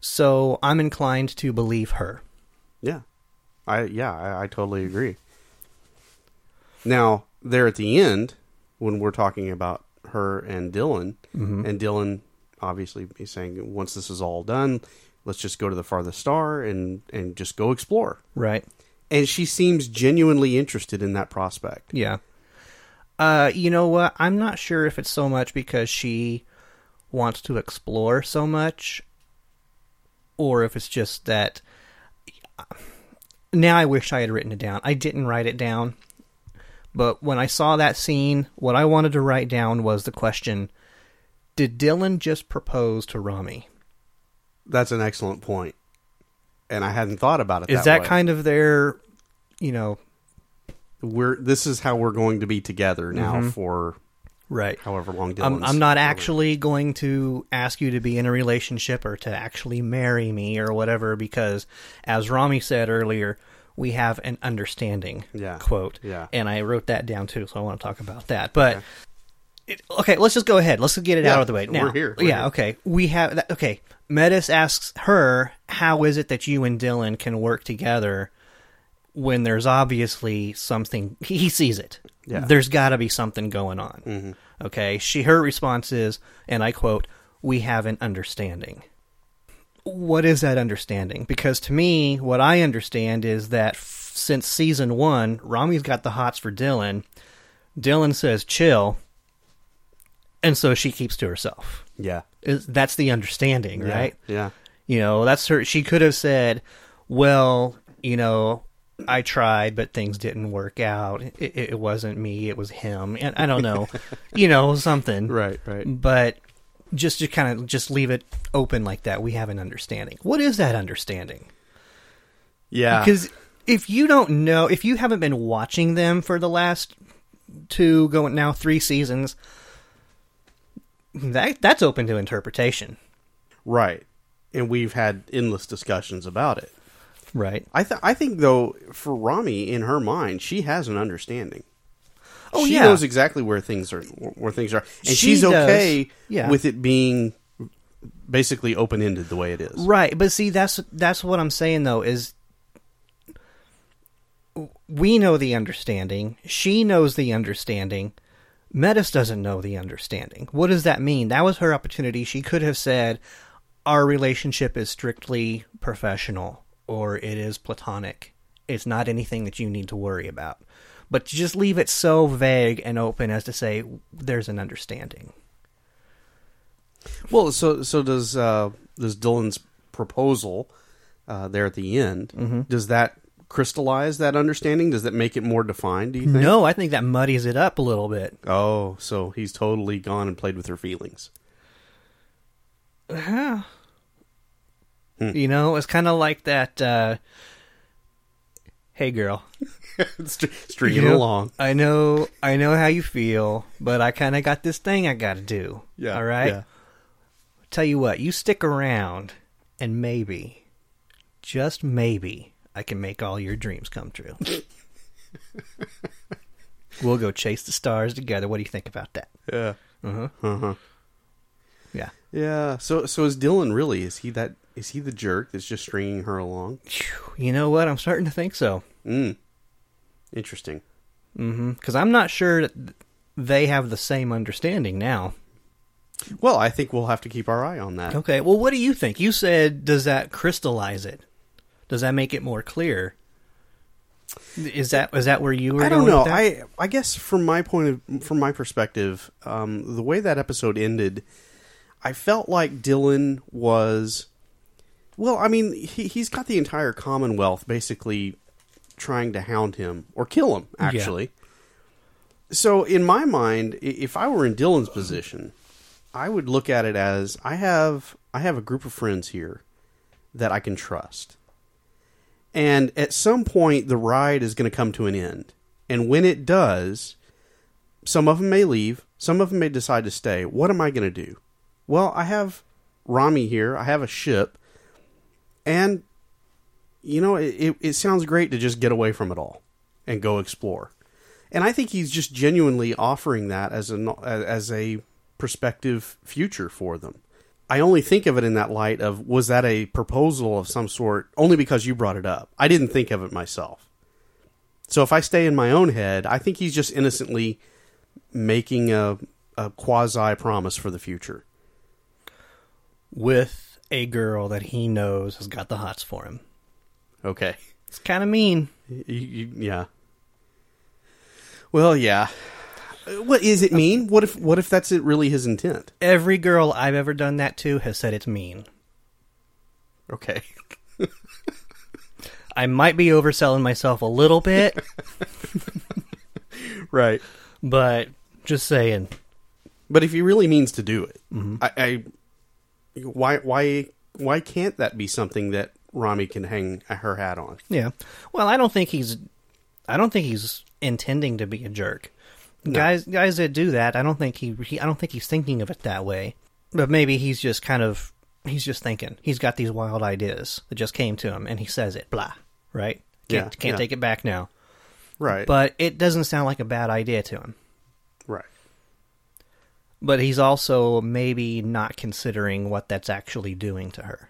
Speaker 3: So I'm inclined to believe her.
Speaker 2: yeah, I yeah I, I totally agree. Now there at the end, when we're talking about her and Dylan,
Speaker 3: Mm-hmm.
Speaker 2: and Dylan obviously is saying once this is all done, let's just go to the farthest star and and just go explore.
Speaker 3: Right.
Speaker 2: And she seems genuinely interested in that prospect.
Speaker 3: Yeah. Uh, you know what? I'm not sure if it's so much because she wants to explore so much, or if it's just that. Now I wish I had written it down. I didn't write it down, but when I saw that scene, what I wanted to write down was the question: Did Dylan just propose to Rami?
Speaker 2: That's an excellent point, and I hadn't thought about it.
Speaker 3: Is that,
Speaker 2: that way.
Speaker 3: kind of their, you know,
Speaker 2: We're this is how we're going to be together now
Speaker 3: Mm-hmm.
Speaker 2: for
Speaker 3: right?
Speaker 2: however long. Dylan's
Speaker 3: I'm, I'm not actually going to ask you to be in a relationship or to actually marry me or whatever because as Rami said earlier, we have an understanding.
Speaker 2: Yeah.
Speaker 3: Quote.
Speaker 2: Yeah.
Speaker 3: And I wrote that down too, so I want to talk about that. But okay, it, okay let's just go ahead. Let's get it
Speaker 2: Yeah,
Speaker 3: out of the way now.
Speaker 2: we're here. We're
Speaker 3: yeah.
Speaker 2: here.
Speaker 3: Okay. We have that, okay. Metis asks her, "How is it that you and Dylan can work together?" when there's obviously something he he sees it
Speaker 2: Yeah. Mm-hmm.
Speaker 3: there's got to be something going on okay she her response is and i quote we have an understanding what is that understanding because to me what i understand is that f- since season one rami's got the hots for dylan dylan says chill and so she keeps to herself
Speaker 2: Yeah.
Speaker 3: Is- that's the understanding
Speaker 2: Yeah.
Speaker 3: right
Speaker 2: Yeah.
Speaker 3: you know, that's her. She could have said, "Well, you know, I tried, but things didn't work out. It, it it wasn't me; it was him." And I don't know, you know, something.
Speaker 2: Right. Right.
Speaker 3: But just to kind of just leave it open like that, we have an understanding. What is that understanding?
Speaker 2: Yeah.
Speaker 3: Because if you don't know, if you haven't been watching them for the last two, going now three seasons, that that's open to interpretation,
Speaker 2: right. And we've had endless discussions about it.
Speaker 3: right?
Speaker 2: I th- I think though for Rami in her mind she has an understanding.
Speaker 3: Oh,
Speaker 2: she
Speaker 3: yeah.
Speaker 2: knows exactly where things are where things are, and
Speaker 3: She
Speaker 2: she's
Speaker 3: does.
Speaker 2: okay
Speaker 3: Yeah.
Speaker 2: with it being basically open ended the way it is.
Speaker 3: Right, but see, that's that's what I'm saying though is we know the understanding. She knows the understanding. Metis doesn't know the understanding. What does that mean? That was her opportunity. She could have said, "Our relationship is strictly professional, or it is platonic. It's not anything that you need to worry about." But to just leave it so vague and open as to say there's an understanding.
Speaker 2: Well, so so does uh, does Dylan's proposal uh, there at the end?
Speaker 3: Mm-hmm.
Speaker 2: Does that crystallize that understanding? Does that make it more defined? Do you think?
Speaker 3: No, I think that muddies it up a little bit.
Speaker 2: Oh, so he's totally gone and played with her feelings.
Speaker 3: Oh.
Speaker 2: Hmm.
Speaker 3: You know, it's kind of like that. Uh, hey, girl,
Speaker 2: Str- Stringing
Speaker 3: You know,
Speaker 2: along.
Speaker 3: I know, I know how you feel, but I kind of got this thing I got to do. all right.
Speaker 2: Yeah.
Speaker 3: Tell you what, you stick around, and maybe, just maybe, I can make all your dreams come true. we'll go chase the stars together. What do you think about that?
Speaker 2: Yeah. Uh-huh.
Speaker 3: Yeah.
Speaker 2: Yeah. So so is Dylan really? Is he that? Is he the jerk that's just stringing her along?
Speaker 3: Phew, You know what? I'm starting to think so.
Speaker 2: Mm. Interesting.
Speaker 3: Because Mm-hmm. I'm not sure that th- they have the same understanding now.
Speaker 2: Well, I think we'll have to keep our eye on that.
Speaker 3: Okay. Well, what do you think? You said, does that crystallize it? Does that make it more clear? Is that is that where you were?
Speaker 2: I don't
Speaker 3: going
Speaker 2: know.
Speaker 3: with
Speaker 2: I
Speaker 3: that?
Speaker 2: I guess from my point of from my perspective, um, the way that episode ended, I felt like Dylan was, well, I mean, he, he's got the entire Commonwealth basically trying to hound him or kill him, actually. So, in my mind, i- if I were in Dylan's position, I would look at it as I have I have a group of friends here that I can trust. And at some point, the ride is going to come to an end. And when it does, some of them may leave, some of them may decide to stay. What am I going to do? Well, I have Rami here, I have a ship, and, you know, it, it, it sounds great to just get away from it all and go explore. And I think he's just genuinely offering that as a as a prospective future for them. I only think of it in that light of was that a proposal of some sort only because you brought it up. I didn't think of it myself. So if I stay in my own head, I think he's just innocently making a, a quasi promise for the future.
Speaker 3: with a girl that he knows has got the hots for him.
Speaker 2: Okay.
Speaker 3: It's kind of mean.
Speaker 2: You- you- yeah. Well, yeah. Uh, What is it mean? What if what if that's it really his intent?
Speaker 3: Every girl I've ever done that to has said it's mean.
Speaker 2: Okay.
Speaker 3: I might be overselling myself a little bit,
Speaker 2: Right.
Speaker 3: but just saying.
Speaker 2: But if he really means to do it, I, I why why why can't that be something that Rami can hang her hat on?
Speaker 3: Yeah. Well, I don't think he's I don't think he's intending to be a jerk. Guys guys that do that, I don't think he, he I don't think he's thinking of it that way. But maybe he's just kind of he's just thinking. He's got these wild ideas that just came to him and he says it, blah, right? Can't
Speaker 2: Yeah,
Speaker 3: can't
Speaker 2: yeah.
Speaker 3: take it back now.
Speaker 2: Right.
Speaker 3: But it doesn't sound like a bad idea to him.
Speaker 2: right.
Speaker 3: But he's also maybe not considering what that's actually doing to her.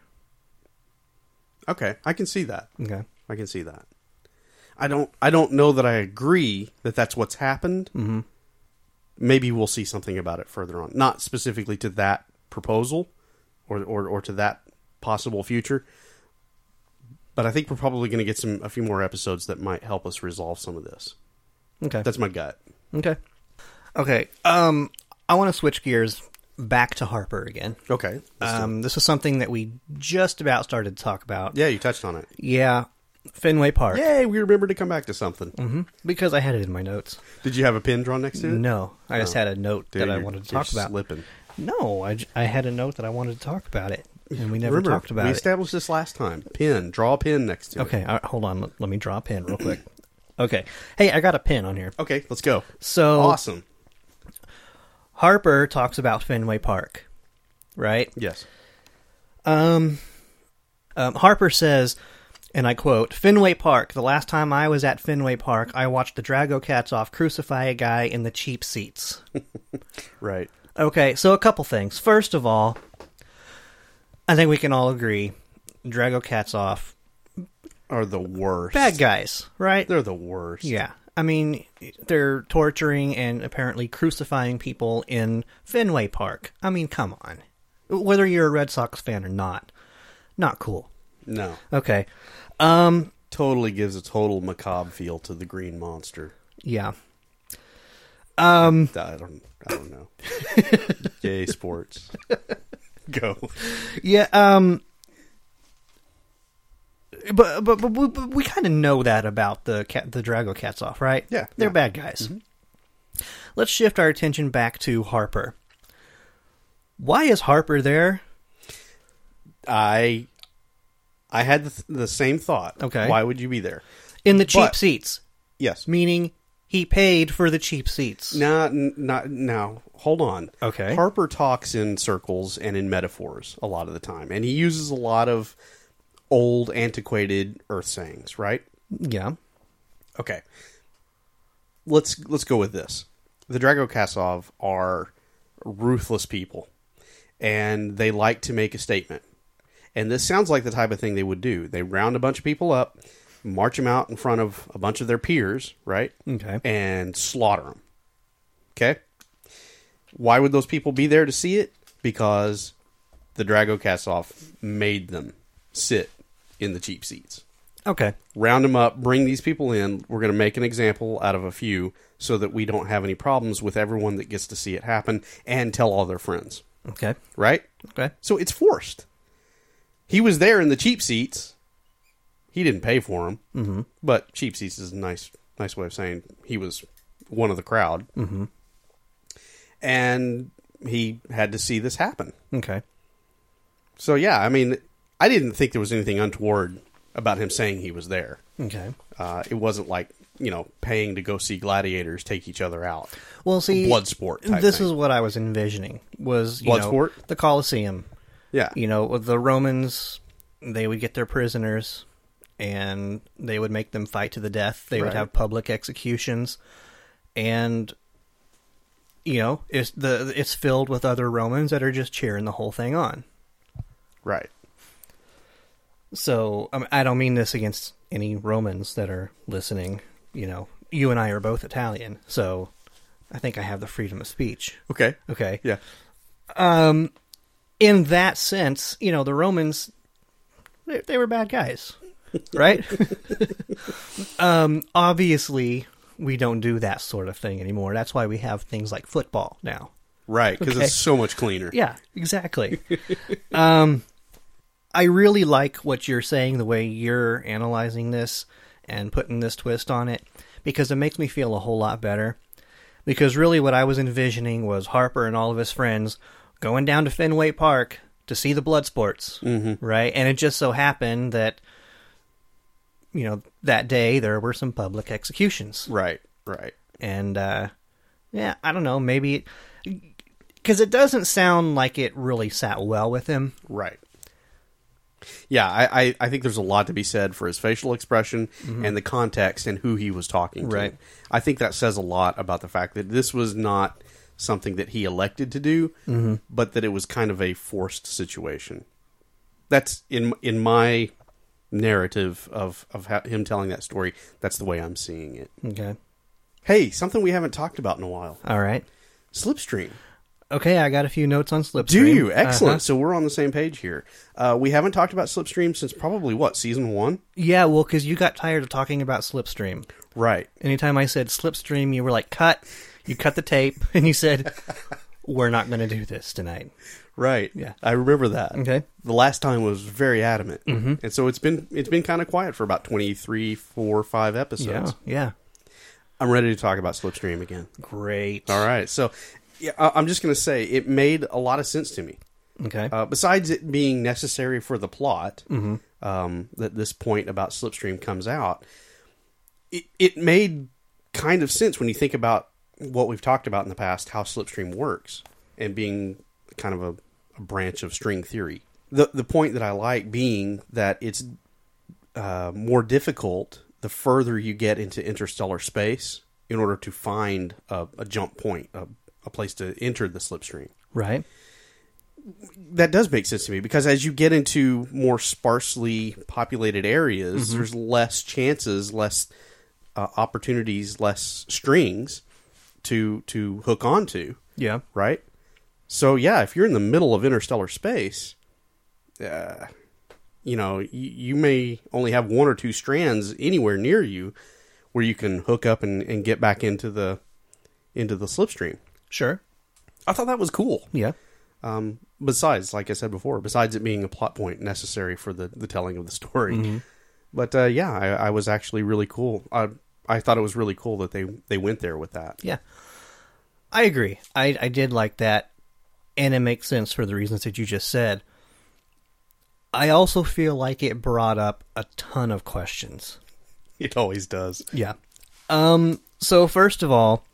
Speaker 2: Okay, I can see that.
Speaker 3: Okay.
Speaker 2: I can see that. I don't I don't know that I agree that that's what's happened. Mm-hmm. Maybe we'll see something about it further on. Not specifically to that proposal or or, or to that possible future. But I think we're probably going to get some a few more episodes that might help us resolve some of this.
Speaker 3: Okay.
Speaker 2: That's my gut.
Speaker 3: Okay. Okay. Um, I want to switch gears back to Harper again.
Speaker 2: Okay. let's do it.
Speaker 3: Um, this is something that we just about started to talk about.
Speaker 2: yeah, you touched on it.
Speaker 3: Yeah, Fenway Park.
Speaker 2: Yay, we remembered to come back to something.
Speaker 3: hmm Because I had it in my notes.
Speaker 2: Did you have a pin drawn next to it?
Speaker 3: No, I just
Speaker 2: Oh.
Speaker 3: had a note
Speaker 2: Dude,
Speaker 3: that I
Speaker 2: you're-
Speaker 3: wanted to
Speaker 2: you're
Speaker 3: talk about.
Speaker 2: Slipping.
Speaker 3: No, I, j- I had a note that I wanted to talk about it, and we never
Speaker 2: Remember,
Speaker 3: talked about
Speaker 2: we
Speaker 3: it.
Speaker 2: established this last time. Pin, draw a pin next to it.
Speaker 3: okay, all right, hold on. Let, let me draw a pen real quick. okay. Hey, I got a pen on here.
Speaker 2: Okay, let's go.
Speaker 3: So
Speaker 2: Awesome.
Speaker 3: Harper talks about Fenway Park, right?
Speaker 2: Yes.
Speaker 3: Um, um, Harper says, and I quote, Fenway Park, the last time I was at Fenway Park, I watched the Drago Cats off crucify a guy in the cheap seats.
Speaker 2: Right.
Speaker 3: okay, so a couple things. First of all, I think we can all agree Drago Cats off,
Speaker 2: Are the worst.
Speaker 3: bad guys, right?
Speaker 2: They're the worst.
Speaker 3: yeah. I mean, they're torturing and apparently crucifying people in Fenway Park. I mean, come on. Whether you're a Red Sox fan or not, not cool.
Speaker 2: No.
Speaker 3: Okay. Um,
Speaker 2: Totally gives a total macabre feel to the green monster.
Speaker 3: Yeah.
Speaker 2: I don't I don't know. Yay sports. go.
Speaker 3: Yeah. Um. But but but we, but we kind of know that about the cat, the Drago cats off, right?
Speaker 2: Yeah, yeah.
Speaker 3: they're
Speaker 2: Mm-hmm.
Speaker 3: bad guys. Let's shift our attention back to Harper. Why is Harper there?
Speaker 2: I I had the, the same thought.
Speaker 3: Okay.
Speaker 2: Why would you be there?
Speaker 3: In the cheap
Speaker 2: But-
Speaker 3: seats,
Speaker 2: Yes.
Speaker 3: meaning he paid for the cheap seats.
Speaker 2: No, n- not now. Hold on.
Speaker 3: Okay.
Speaker 2: Harper talks in circles and in metaphors a lot of the time, and he uses a lot of old, antiquated Earth sayings. Right?
Speaker 3: Yeah.
Speaker 2: Okay. Let's let's go with this. The Drago Kasov are ruthless people, and they like to make a statement. And this sounds like the type of thing they would do. They round a bunch of people up, march them out in front of a bunch of their peers, right?
Speaker 3: Okay.
Speaker 2: and slaughter them. Okay? Why would those people be there to see it? Because the Drago Kasov made them sit in the cheap seats.
Speaker 3: Okay.
Speaker 2: Round them up, bring these people in. We're going to make an example out of a few so that we don't have any problems with everyone that gets to see it happen and tell all their friends.
Speaker 3: Okay.
Speaker 2: right?
Speaker 3: Okay.
Speaker 2: So it's forced. He was there in the cheap seats. He didn't pay for them, mm-hmm. but cheap seats is a nice, nice way of saying he was one of the crowd. Mm-hmm. And he had to see this happen.
Speaker 3: Okay.
Speaker 2: So yeah, I mean, I didn't think there was anything untoward about him saying he was there.
Speaker 3: Okay.
Speaker 2: Uh, it wasn't like you know paying to go see gladiators take each other out.
Speaker 3: Well, see,
Speaker 2: blood sport type
Speaker 3: this
Speaker 2: thing.
Speaker 3: is what I was envisioning was you
Speaker 2: Blood
Speaker 3: know,
Speaker 2: sport?
Speaker 3: the Colosseum.
Speaker 2: Yeah,
Speaker 3: You know, with the Romans, they would get their prisoners, and they would make them fight to the death. They would
Speaker 2: Right.
Speaker 3: have public executions, and you know, it's the it's filled with other Romans that are just cheering the whole thing on.
Speaker 2: right.
Speaker 3: So um, I don't mean this against any Romans that are listening. You know, you and I are both Italian, so I think I have the freedom of speech.
Speaker 2: Okay.
Speaker 3: Okay.
Speaker 2: Yeah.
Speaker 3: Um, in that sense, you know, the Romans, they, they were bad guys, right? um, obviously, we don't do that sort of thing anymore. That's why we have things like football now.
Speaker 2: Right, because
Speaker 3: Okay.
Speaker 2: it's so much cleaner.
Speaker 3: Yeah, exactly. um, I really like what you're saying, the way you're analyzing this and putting this twist on it, because it makes me feel a whole lot better. Because really, what I was envisioning was Harper and all of his friends going down to Fenway Park to see the blood sports, mm-hmm. right? And it just so happened that, you know, that day there were some public executions
Speaker 2: Right, right.
Speaker 3: and uh, yeah, I don't know, maybe because it doesn't sound like it really sat well with him.
Speaker 2: Right. Yeah, I, I, I think there's a lot to be said for his facial expression and the context and who he was talking to.
Speaker 3: Right.
Speaker 2: I think that says a lot about the fact that this was not something that he elected to do, but that it was kind of a forced situation. That's in in my narrative of of how, him telling that story. That's the way I'm seeing it.
Speaker 3: Okay,
Speaker 2: Hey, something we haven't talked about in a while:
Speaker 3: all right,
Speaker 2: slipstream.
Speaker 3: okay. I got a few notes on Slipstream.
Speaker 2: Do you? Excellent.
Speaker 3: Uh-huh.
Speaker 2: So we're on the same page here. Uh, we haven't talked about Slipstream since probably what season one,
Speaker 3: Yeah, well, because you got tired of talking about Slipstream.
Speaker 2: right?
Speaker 3: Anytime I said Slipstream, you were like, "Cut!" You cut the tape, and you said, "We're not going to do this tonight."
Speaker 2: Right.
Speaker 3: Yeah.
Speaker 2: I remember that.
Speaker 3: Okay.
Speaker 2: The last time was very adamant, mm-hmm. and so it's been it's been kind of quiet for about 23, 4, 5 episodes.
Speaker 3: Yeah, yeah,
Speaker 2: I'm ready to talk about Slipstream again.
Speaker 3: great.
Speaker 2: All right. So, yeah, I- I'm just gonna say it made a lot of sense to me.
Speaker 3: Okay,
Speaker 2: Uh, besides it being necessary for the plot, um, that this point about Slipstream comes out, it, it made kind of sense when you think about what we've talked about in the past, how Slipstream works, and being kind of a, a branch of string theory. The, the point that I like being that it's uh, more difficult the further you get into interstellar space in order to find a, a jump point, a, a place to enter the Slipstream
Speaker 3: right.
Speaker 2: that does make sense to me because as you get into more sparsely populated areas, there's less chances, less uh, opportunities, less strings to to hook onto,
Speaker 3: Yeah,
Speaker 2: right? So yeah, if you're in the middle of interstellar space, uh, you know you, you may only have one or two strands anywhere near you where you can hook up and, and get back into the into the slipstream.
Speaker 3: sure.
Speaker 2: I thought that was cool.
Speaker 3: Yeah,
Speaker 2: Um, besides, like I said before, besides it being a plot point necessary for the, the telling of the story.
Speaker 3: Mm-hmm.
Speaker 2: But uh, yeah, I, I was actually really cool. I I thought it was really cool that they they went there with that.
Speaker 3: Yeah. I agree. I, I did like that, and it makes sense for the reasons that you just said. I also feel like it brought up a ton of questions.
Speaker 2: It always does.
Speaker 3: Yeah. Um, so, first of all,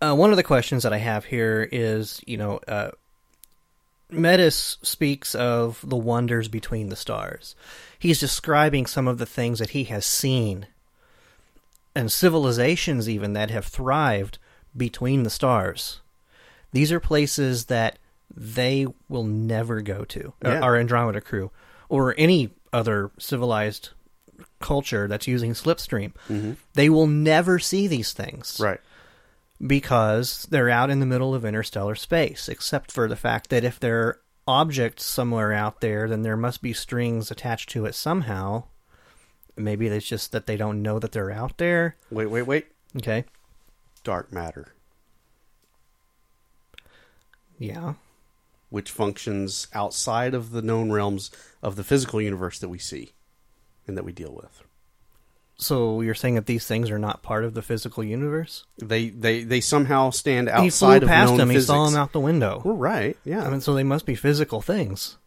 Speaker 3: uh, one of the questions that I have here is you know, uh, Metis speaks of the wonders between the stars. He's describing some of the things that he has seen and civilizations, even that have thrived between the stars. These are places that they will never go to,
Speaker 2: Yeah.
Speaker 3: our Andromeda crew, or any other civilized culture that's using slipstream. They will never see these things
Speaker 2: Mm-hmm. Right.
Speaker 3: because they're out in the middle of interstellar space, except for the fact that if there are objects somewhere out there, then there must be strings attached to it somehow. Maybe it's just that they don't know that they're out there.
Speaker 2: Wait, wait, wait.
Speaker 3: Okay.
Speaker 2: Dark matter.
Speaker 3: Yeah.
Speaker 2: which functions outside of the known realms of the physical universe that we see and that we deal with.
Speaker 3: So you're saying that these things are not part of the physical universe?
Speaker 2: They they they somehow stand
Speaker 3: he
Speaker 2: outside
Speaker 3: flew
Speaker 2: of
Speaker 3: past
Speaker 2: known
Speaker 3: him.
Speaker 2: physics.
Speaker 3: He saw him out the window.
Speaker 2: We're right. Yeah.
Speaker 3: I mean, so they must be physical things.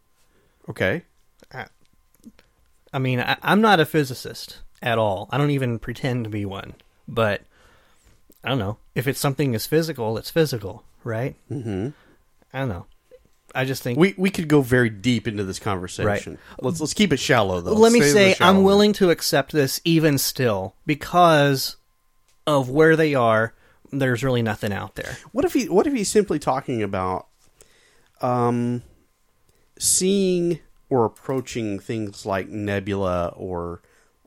Speaker 2: okay.
Speaker 3: I mean, I, I'm not a physicist at all. I don't even pretend to be one. But I don't know. If it's something is physical, it's physical, right? Mm-hmm. I don't know. I just think.
Speaker 2: We we could go very deep into this conversation. Let's let's keep it shallow though.
Speaker 3: Let me
Speaker 2: Stay in the
Speaker 3: say,
Speaker 2: shallow
Speaker 3: I'm
Speaker 2: end.
Speaker 3: willing to accept this even still because of where they are. There's really nothing out there.
Speaker 2: What if he what if he's simply talking about um seeing or approaching things like nebula or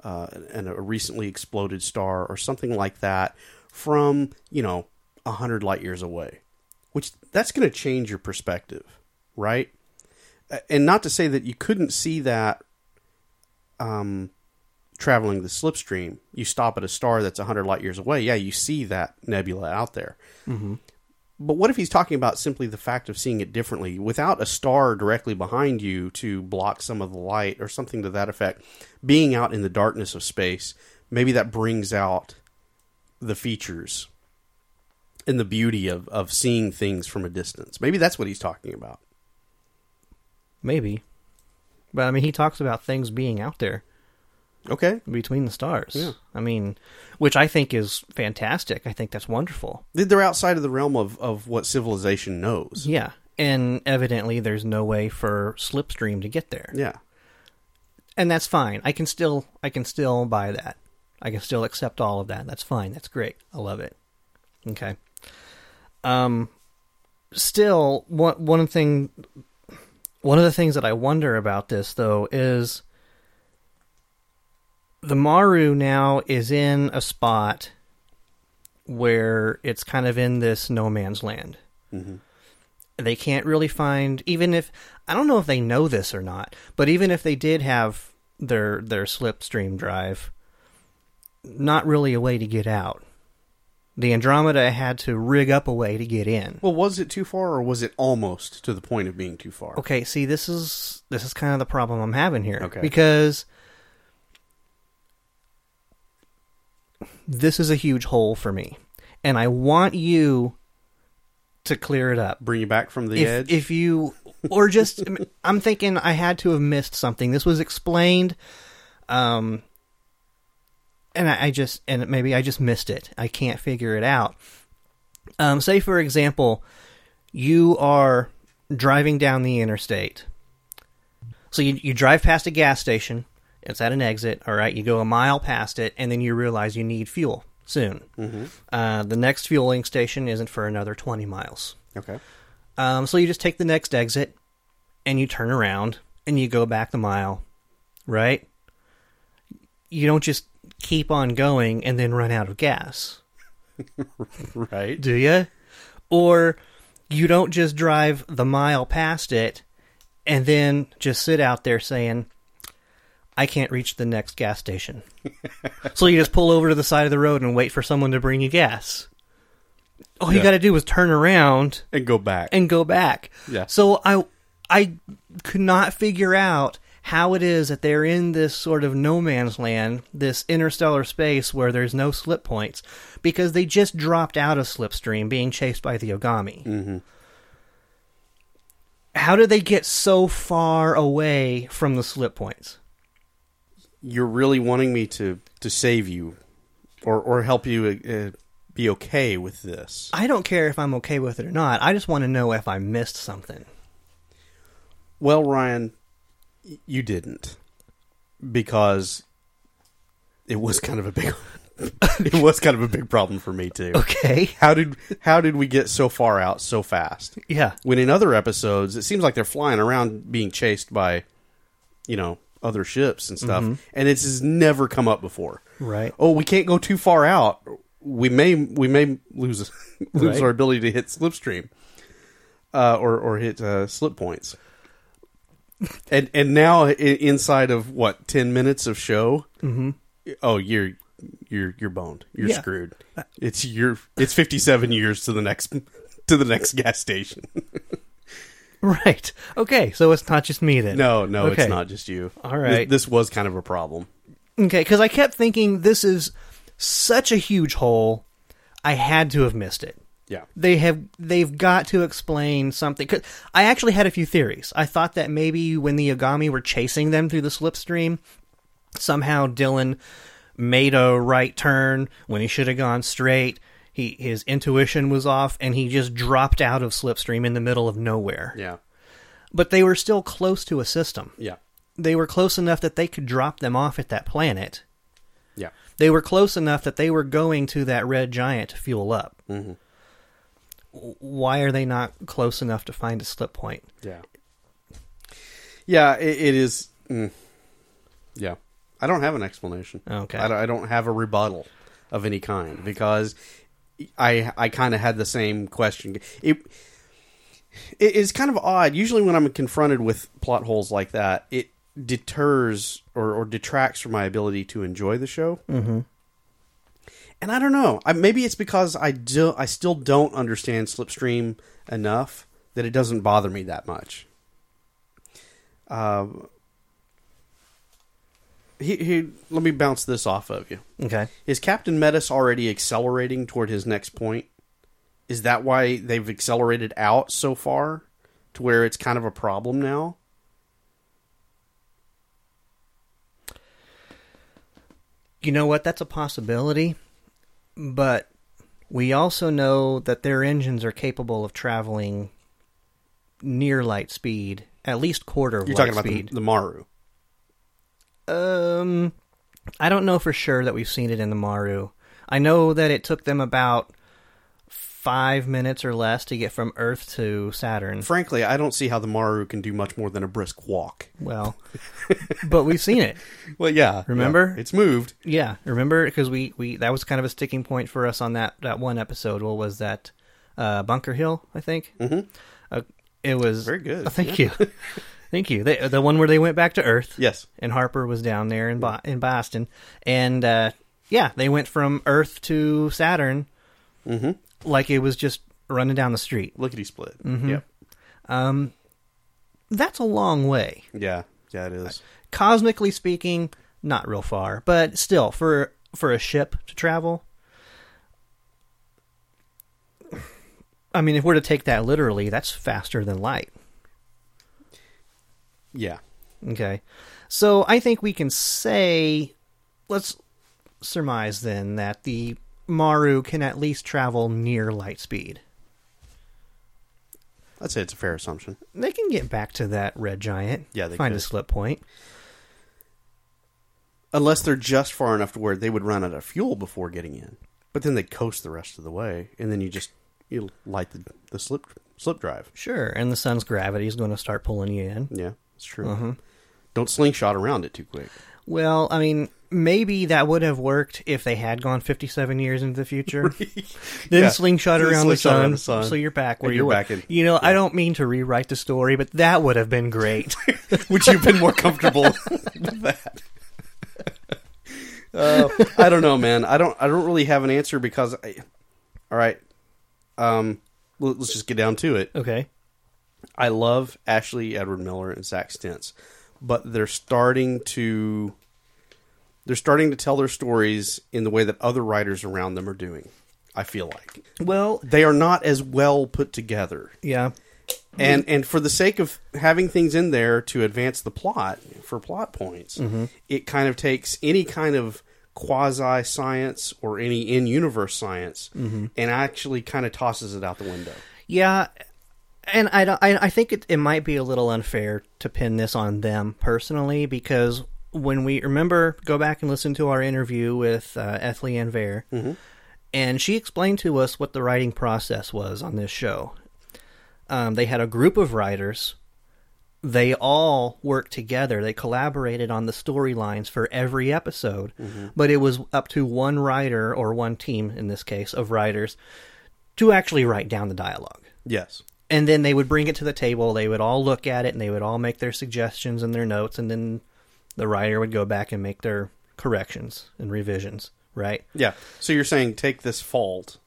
Speaker 2: uh, and a recently exploded star or something like that from, you know, 100 light years away. Which that's going to change your perspective, right? A- And not to say that you couldn't see that um traveling the slipstream, you stop at a star that's 100 light years away. Yeah, you see that nebula out there. But what if he's talking about simply the fact of seeing it differently without a star directly behind you to block some of the light or something to that effect? Being out in the darkness of space, maybe that brings out the features and the beauty of, of seeing things from a distance. Maybe that's what he's talking about.
Speaker 3: Maybe. But I mean, he talks about things being out there
Speaker 2: Okay.
Speaker 3: between the stars.
Speaker 2: Yeah.
Speaker 3: I mean, which I think is fantastic. I think that's wonderful.
Speaker 2: They're outside of the realm of, of what civilization knows.
Speaker 3: Yeah. And evidently, there's no way for Slipstream to get there.
Speaker 2: Yeah.
Speaker 3: And that's fine. I can still, I can still buy that. I can still accept all of that. That's fine. That's great. I love it. Okay. Um, still, one one thing, one of the things that I wonder about this though is the Maru now is in a spot where it's kind of in this no man's land. They can't really find, even if I don't know if they know this or not, but even if they did have their their slipstream drive, not really a way to get out. The Andromeda had to rig up a way to get in.
Speaker 2: Well, was it too far or was it almost to the point of being too far?
Speaker 3: Okay, see, this is this is kind of the problem I'm having here.
Speaker 2: Okay.
Speaker 3: Because this is a huge hole for me, and I want you to clear it up.
Speaker 2: Bring you back from the
Speaker 3: if,
Speaker 2: edge?
Speaker 3: if you or just I'm thinking I had to have missed something. This was explained, um, and I, I just and maybe I just missed it. I can't figure it out. Um, say for example, you are driving down the interstate. So you you drive past a gas station. It's at an exit. All right, you go a mile past it, and then you realize you need fuel soon.
Speaker 2: Mm-hmm.
Speaker 3: Uh, the next fueling station isn't for another twenty miles.
Speaker 2: okay.
Speaker 3: Um, so you just take the next exit and you turn around and you go back the mile, right? You don't just keep on going and then run out of gas,
Speaker 2: Right.
Speaker 3: do you? Or you don't just drive the mile past it and then just sit out there saying, I can't reach the next gas station. so you just pull over to the side of the road and wait for someone to bring you gas. All you
Speaker 2: Yeah.
Speaker 3: got to do is turn around
Speaker 2: And go back.
Speaker 3: and go back.
Speaker 2: Yeah.
Speaker 3: So I I could not figure out how it is that they're in this sort of no man's land, this interstellar space where there's no slip points, because they just dropped out of Slipstream being chased by the Ogami. Mm-hmm. How did they get so far away from the slip points?
Speaker 2: you're really wanting me to to save you or or help you uh, be okay with this
Speaker 3: I don't care if I'm okay with it or not. I just want to know if I missed something.
Speaker 2: well ryan y- you didn't because it was kind of a big it was kind of a big problem for me too
Speaker 3: Okay.
Speaker 2: how did how did we get so far out so fast
Speaker 3: Yeah.
Speaker 2: when in other episodes it seems like they're flying around being chased by you know other ships and stuff and it's has never come up before
Speaker 3: Right.
Speaker 2: oh we can't go too far out we may we may lose lose
Speaker 3: Right.
Speaker 2: our ability to hit slipstream uh, or or hit uh, slip points and and now i- inside of what 10 minutes of show oh you're you're you're boned you're
Speaker 3: Mm-hmm. Yeah.
Speaker 2: screwed it's your it's 57 years to the next to the next gas station
Speaker 3: Right. Okay. So it's not just me then.
Speaker 2: No, no,
Speaker 3: Okay.
Speaker 2: it's not just you.
Speaker 3: All right.
Speaker 2: This, this was kind of a problem.
Speaker 3: Okay, because I kept thinking this is such a huge hole. I had to have missed it.
Speaker 2: Yeah.
Speaker 3: They have they've got to explain something. 'Cause I actually had a few theories. I thought that maybe when the Yagami were chasing them through the slipstream, somehow Dylan made a right turn when he should have gone straight. He his intuition was off, and he just dropped out of slipstream in the middle of nowhere.
Speaker 2: Yeah.
Speaker 3: But they were still close to a system.
Speaker 2: Yeah.
Speaker 3: They were close enough that they could drop them off at that planet
Speaker 2: Yeah.
Speaker 3: they were close enough that they were going to that red giant to fuel up.
Speaker 2: Mhm.
Speaker 3: W- Why are they not close enough to find a slip point?
Speaker 2: Yeah. Yeah, it, it is. Mm, yeah. I don't have an explanation.
Speaker 3: Okay.
Speaker 2: I, don't- I don't have a rebuttal of any kind because I I kind of had the same question. It it is kind of odd. Usually, when I'm confronted with plot holes like that, it deters or, or detracts from my ability to enjoy the show. Mm-hmm. And I don't know. I, maybe it's because I do. I still don't understand Slipstream enough that it doesn't bother me that much. Um, he, he, let me bounce this off of you.
Speaker 3: Okay.
Speaker 2: Is Captain Metis already accelerating toward his next point? Is that why they've accelerated out so far to where it's kind of a problem now?
Speaker 3: You know what? That's a possibility, but we also know that their engines are capable of traveling near light speed, at least quarter of
Speaker 2: You're
Speaker 3: light
Speaker 2: talking about the,
Speaker 3: speed.
Speaker 2: the Maru.
Speaker 3: um, I don't know for sure that we've seen it in the Maru. I know that it took them about five minutes or less to get from Earth to Saturn.
Speaker 2: Frankly, I don't see how the Maru can do much more than a brisk walk.
Speaker 3: Well, but we've seen it.
Speaker 2: Well, yeah.
Speaker 3: Remember?
Speaker 2: yeah, it's moved.
Speaker 3: Yeah, remember because we we that was kind of a sticking point for us on that that one episode. What was that? Uh, Bunker Hill, I think. Mm-hmm. Uh, it was
Speaker 2: Very good,
Speaker 3: Oh, thank you, thank you. They, the one where they went back to Earth.
Speaker 2: Yes.
Speaker 3: and Harper was down there in Bo- in Boston, and uh, yeah, they went from Earth to Saturn, mm-hmm. like it was just running down the street.
Speaker 2: Lickety split.
Speaker 3: Mm-hmm.
Speaker 2: Yep.
Speaker 3: That's a long way.
Speaker 2: Yeah. Yeah, it is.
Speaker 3: cosmically speaking, not real far, but still for for a ship to travel. I mean, if we're to take that literally, that's faster than light.
Speaker 2: Yeah.
Speaker 3: Okay. So I think we can say let's surmise then that the Maru can at least travel near light speed.
Speaker 2: I'd say it's a fair assumption.
Speaker 3: They can get back to that red giant.
Speaker 2: Yeah, they
Speaker 3: find a
Speaker 2: could.
Speaker 3: slip point.
Speaker 2: Unless they're just far enough to where they would run out of fuel before getting in. But then they coast the rest of the way, and then you just you light the, the slip slip drive.
Speaker 3: Sure, and the sun's gravity is going to start pulling you in.
Speaker 2: Yeah, it's true.
Speaker 3: Mm-hmm.
Speaker 2: Don't slingshot around it too quick.
Speaker 3: Well, I mean, maybe that would have worked if they had gone 57 years into the future. then
Speaker 2: Yeah.
Speaker 3: slingshot,
Speaker 2: Then
Speaker 3: around, the
Speaker 2: slingshot
Speaker 3: sun,
Speaker 2: around the sun.
Speaker 3: So you're back where
Speaker 2: And
Speaker 3: you
Speaker 2: you're
Speaker 3: were.
Speaker 2: back in-
Speaker 3: You know, I don't mean to rewrite the story, but that would have been great.
Speaker 2: Would you have been more comfortable with that? Uh, I don't know, man. I don't. I don't really have an answer because. I, all right, um, let- let's just get down to it.
Speaker 3: okay.
Speaker 2: I love Ashley Edward Miller and Zach Stentz, but they're starting to they're starting to tell their stories in the way that other writers around them are doing. I feel like
Speaker 3: Well,
Speaker 2: they are not as well put together
Speaker 3: yeah.
Speaker 2: and and for the sake of having things in there to advance the plot for plot points, it kind of takes any kind of quasi science or any in universe science and actually kind of tosses it out the window.
Speaker 3: Yeah. And I, don't, I, I think it, it might be a little unfair to pin this on them personally because when we remember, go back and listen to our interview with uh, Ethley and Vare, and she explained to us what the writing process was on this show. Um, they had a group of writers. They all worked together. They collaborated on the storylines for every episode, but it was up to one writer or one team, in this case, of writers to actually write down the dialogue
Speaker 2: Yes.
Speaker 3: and then they would bring it to the table they would all look at it and they would all make their suggestions and their notes and then the writer would go back and make their corrections and revisions right
Speaker 2: Yeah. So you're saying take this fault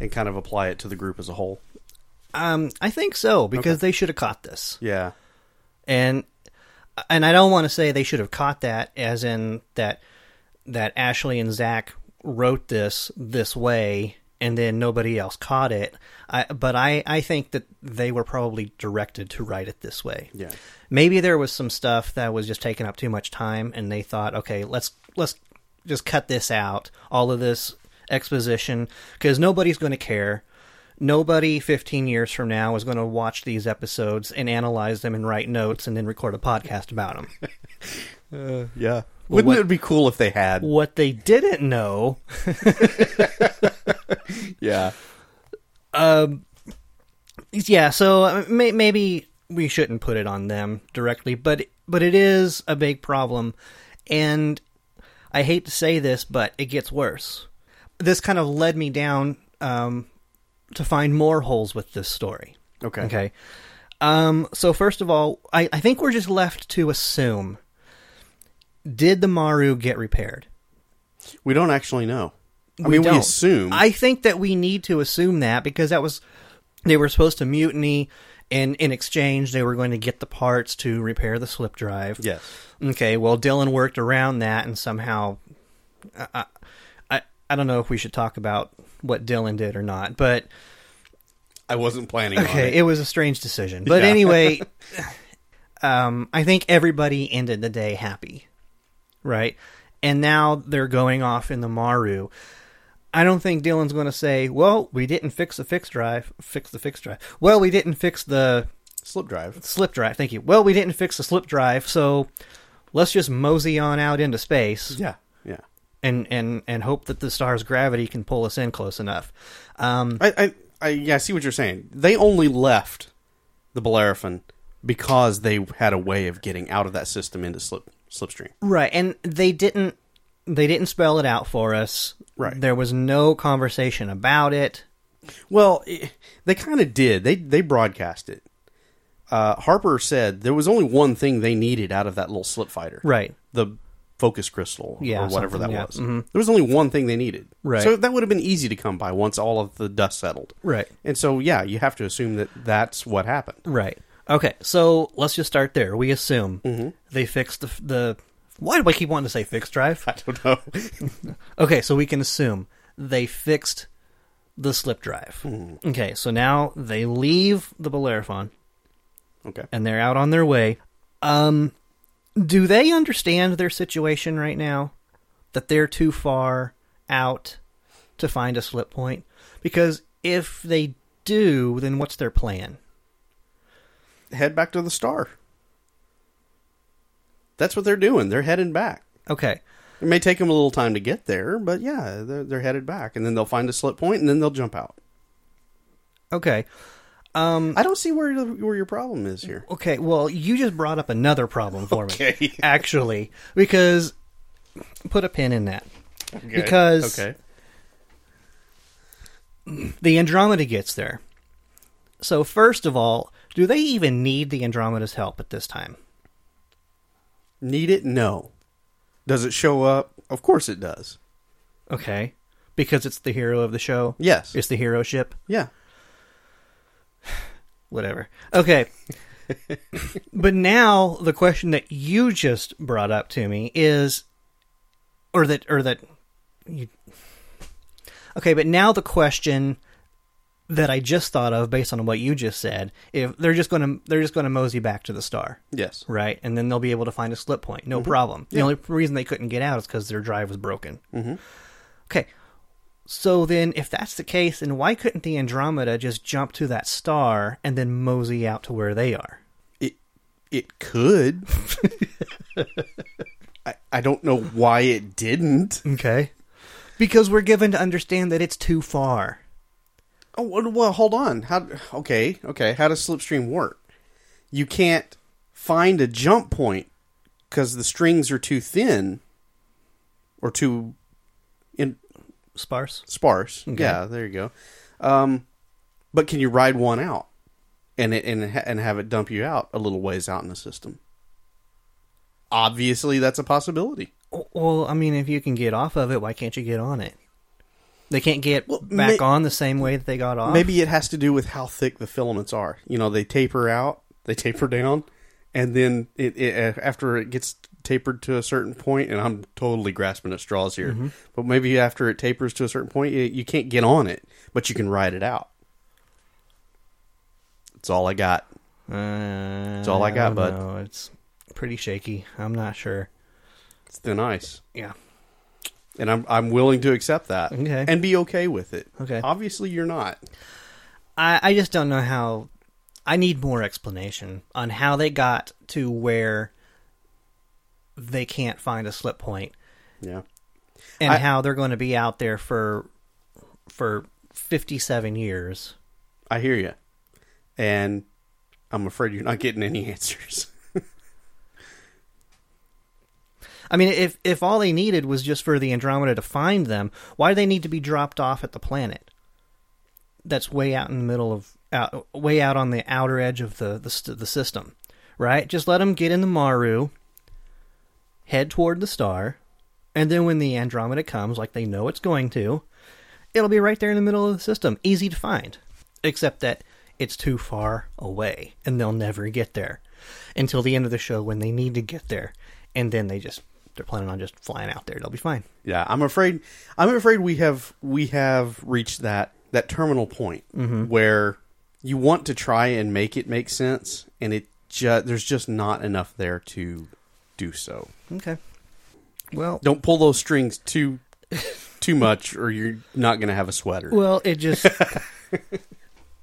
Speaker 2: and kind of apply it to the group as a whole.
Speaker 3: Um, I think so because they should have caught this,
Speaker 2: Yeah.
Speaker 3: and and I don't want to say they should have caught that, as in that that Ashley and Zach wrote this this way, and then nobody else caught it. I, but I I think that they were probably directed to write it this way.
Speaker 2: Yeah.
Speaker 3: Maybe there was some stuff that was just taking up too much time, and they thought, okay, let's let's just cut this out, all of this exposition, because nobody's going to care. Nobody 15 years from now is going to watch these episodes and analyze them and write notes and then record a podcast about them.
Speaker 2: Yeah. Wouldn't
Speaker 3: what-
Speaker 2: it be cool if they had?
Speaker 3: what they didn't know
Speaker 2: Yeah.
Speaker 3: yeah so uh, may, maybe we shouldn't put it on them directly but but it is a big problem and i hate to say this but it gets worse this kind of led me down um, to find more holes with this story
Speaker 2: Okay.
Speaker 3: okay um, so first of all I, I think we're just left to assume did the maru get repaired
Speaker 2: We don't actually know. I
Speaker 3: we
Speaker 2: mean,
Speaker 3: don't.
Speaker 2: we assume.
Speaker 3: I think that we need to assume that because that was they were supposed to mutiny, and in exchange they were going to get the parts to repair the slip drive.
Speaker 2: Yes.
Speaker 3: Okay. Well, Dylan worked around that, and somehow, I, I, I don't know if we should talk about what Dylan did or not, but
Speaker 2: I wasn't planning on
Speaker 3: okay,
Speaker 2: it.
Speaker 3: it was a strange decision. But
Speaker 2: Yeah.
Speaker 3: anyway, um, I think everybody ended the day happy, right? And now they're going off in the Maru. I don't think Dylan's going to say, "Well, we didn't fix the fixed drive, fix the fixed drive." Well, we didn't fix the
Speaker 2: Slip drive.
Speaker 3: slip drive. Thank you. Well, we didn't fix the slip drive, so let's just mosey on out into space
Speaker 2: Yeah. Yeah.
Speaker 3: and and and hope that the star's gravity can pull us in close enough. Um,
Speaker 2: I, I, I, yeah, I see what you're saying. They only left the Bellerophon because they had a way of getting out of that system into slip slipstream.
Speaker 3: Right, and they didn't they didn't spell it out for us.
Speaker 2: Right.
Speaker 3: There was no conversation about it.
Speaker 2: Well, i they kind of did. They they broadcast it. Uh, Harper said there was only one thing they needed out of that little slip fighter.
Speaker 3: Right.
Speaker 2: The focus crystal
Speaker 3: Yeah,
Speaker 2: or whatever that
Speaker 3: something, yeah. Mm-hmm.
Speaker 2: was. There was only one thing they needed.
Speaker 3: Right.
Speaker 2: So that would have been easy to come by once all of the dust settled.
Speaker 3: Right.
Speaker 2: And so yeah, you have to assume that that's what happened.
Speaker 3: Right. Okay, so let's just start there. We assume
Speaker 2: Mm-hmm.
Speaker 3: they fixed the the why do I keep wanting to say fixed drive?
Speaker 2: I don't know.
Speaker 3: Okay, so we can assume they fixed the slip drive.
Speaker 2: Mm-hmm.
Speaker 3: Okay, so now they leave the Bellerophon
Speaker 2: okay.
Speaker 3: and they're out on their way. Um, do they understand their situation right now? That they're too far out to find a slip point? Because if they do, then what's their plan?
Speaker 2: head back to the star. That's what they're doing. They're heading back.
Speaker 3: Okay.
Speaker 2: It may take them a little time to get there, but yeah, they're, they're headed back, and then they'll find a slip point, and then they'll jump out.
Speaker 3: Okay.
Speaker 2: I don't see where the, where your problem is here.
Speaker 3: Okay, well, you just brought up another problem for me. Actually, because put a pin in that. Because
Speaker 2: okay,
Speaker 3: the Andromeda gets there. So first of all, do they even need the Andromeda's help at this time?
Speaker 2: need it? No. Does it show up? Of course it does.
Speaker 3: Okay. Because it's the hero of the show.
Speaker 2: Yes.
Speaker 3: It's the hero ship.
Speaker 2: yeah.
Speaker 3: Whatever. Okay. but now the question that you just brought up to me is or that or that you Okay, but now the question that I just thought of based on what you just said, if they're just going to they're just going to mosey back to the star.
Speaker 2: Yes.
Speaker 3: right? And then they'll be able to find a slip point, no
Speaker 2: Mm-hmm.
Speaker 3: problem. The only reason they couldn't get out is because their drive was broken. Mm-hmm. Okay, so then if that's the case, then why couldn't the Andromeda just jump to that star and then mosey out to where they are?
Speaker 2: It it could. I I don't know why it didn't.
Speaker 3: Okay, because we're given to understand that it's too far.
Speaker 2: Oh well, well, hold on. How? Okay, okay. How does slipstream work? You can't find a jump point because the strings are too thin or too in
Speaker 3: Sparse.
Speaker 2: sparse. Yeah, there you go. Um, but can you ride one out and it, and ha- and have it dump you out a little ways out in the system? Obviously, that's a possibility.
Speaker 3: Well, I mean, if you can get off of it, why can't you get on it? They can't get
Speaker 2: Well,
Speaker 3: back
Speaker 2: may-
Speaker 3: on the same way that they got off.
Speaker 2: Maybe it has to do with how thick the filaments are. You know, they taper out, they taper down, and then it, it after it gets tapered to a certain point, and I'm totally grasping at straws here,
Speaker 3: Mm-hmm.
Speaker 2: but maybe after it tapers to a certain point, you, you can't get on it, but you can ride it out. That's all I got.
Speaker 3: That's
Speaker 2: all I got, bud.
Speaker 3: No, it's pretty shaky. I'm not sure.
Speaker 2: It's thin ice,
Speaker 3: Yeah.
Speaker 2: and I'm I'm willing to accept that
Speaker 3: Okay.
Speaker 2: and be okay with it.
Speaker 3: Okay.
Speaker 2: obviously you're not.
Speaker 3: I, I just don't know how. I need more explanation on how they got to where they can't find a slip point
Speaker 2: Yeah,
Speaker 3: and
Speaker 2: I-
Speaker 3: how they're going to be out there for for 57 years.
Speaker 2: I hear you, and I'm afraid you're not getting any answers.
Speaker 3: I mean, if if all they needed was just for the Andromeda to find them, why do they need to be dropped off at the planet? That's way out in the middle of out, way out on the outer edge of the the, st- the system, right? Just let them get in the Maru, head toward the star, and then when the Andromeda comes, like they know it's going to, it'll be right there in the middle of the system, easy to find. Except that it's too far away, and they'll never get there until the end of the show when they need to get there, and then they just they're planning on just flying out there. They'll be fine.
Speaker 2: Yeah, I'm afraid. I'm afraid we have we have reached that that terminal point
Speaker 3: Mm-hmm.
Speaker 2: where you want to try and make it make sense, and it ju- there's just not enough there to do so.
Speaker 3: Okay. Well,
Speaker 2: Don't pull those strings too too much, or you're not going to have a sweater.
Speaker 3: well, it just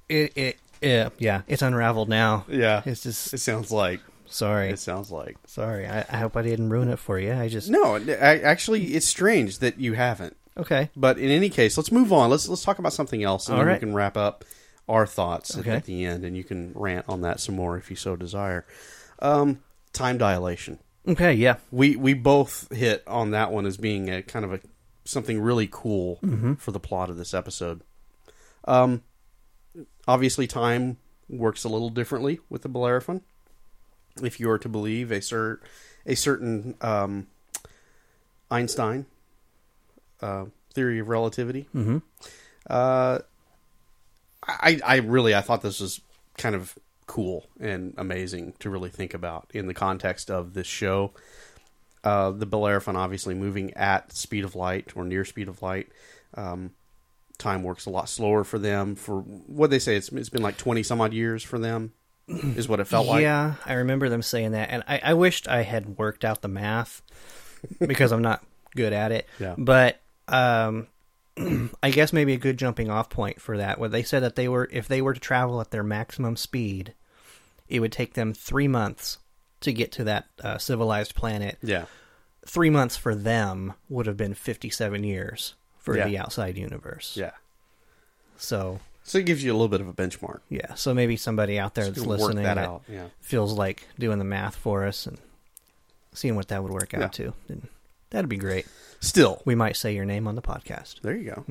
Speaker 3: it it yeah yeah it's unraveled now.
Speaker 2: yeah,
Speaker 3: It's just
Speaker 2: it sounds like
Speaker 3: sorry
Speaker 2: it sounds like
Speaker 3: sorry. I, I hope I didn't ruin it for you. I just
Speaker 2: no. I, actually, it's strange that you haven't.
Speaker 3: okay.
Speaker 2: But in any case, let's move on. Let's let's talk about something else, and
Speaker 3: All
Speaker 2: then
Speaker 3: right.
Speaker 2: we can wrap up our thoughts
Speaker 3: Okay.
Speaker 2: at, at the end, and you can rant on that some more if you so desire. Um, time dilation.
Speaker 3: Okay. Yeah.
Speaker 2: We we both hit on that one as being a kind of a something really cool for the plot of this episode. Um, obviously, time works a little differently with the Bellerophon. If you are to believe a cer- a certain um, Einstein uh, theory of relativity,
Speaker 3: Mm-hmm.
Speaker 2: uh, I, I really I thought this was kind of cool and amazing to really think about in the context of this show. Uh, the Bellerophon obviously moving at speed of light or near speed of light. Um, time works a lot slower for them. For what they say, it's it's been like twenty some odd years for them, is what it felt like.
Speaker 3: yeah, I remember them saying that, and I, I wished I had worked out the math because I'm not good at it.
Speaker 2: Yeah.
Speaker 3: But um, I guess maybe a good jumping off point for that, where they said that they were if they were to travel at their maximum speed, it would take them three months to get to that uh, civilized planet.
Speaker 2: Yeah,
Speaker 3: Three months for them would have been 57 years for
Speaker 2: Yeah.
Speaker 3: the outside universe.
Speaker 2: yeah.
Speaker 3: So
Speaker 2: So it gives you a little bit of a benchmark.
Speaker 3: yeah, so maybe somebody out there
Speaker 2: You
Speaker 3: that's
Speaker 2: can work
Speaker 3: listening
Speaker 2: that
Speaker 3: that
Speaker 2: out. Yeah.
Speaker 3: feels like doing the math for us and seeing what that would work out
Speaker 2: Yeah.
Speaker 3: to. And that'd be great.
Speaker 2: Still,
Speaker 3: We might say your name on the podcast.
Speaker 2: There you go.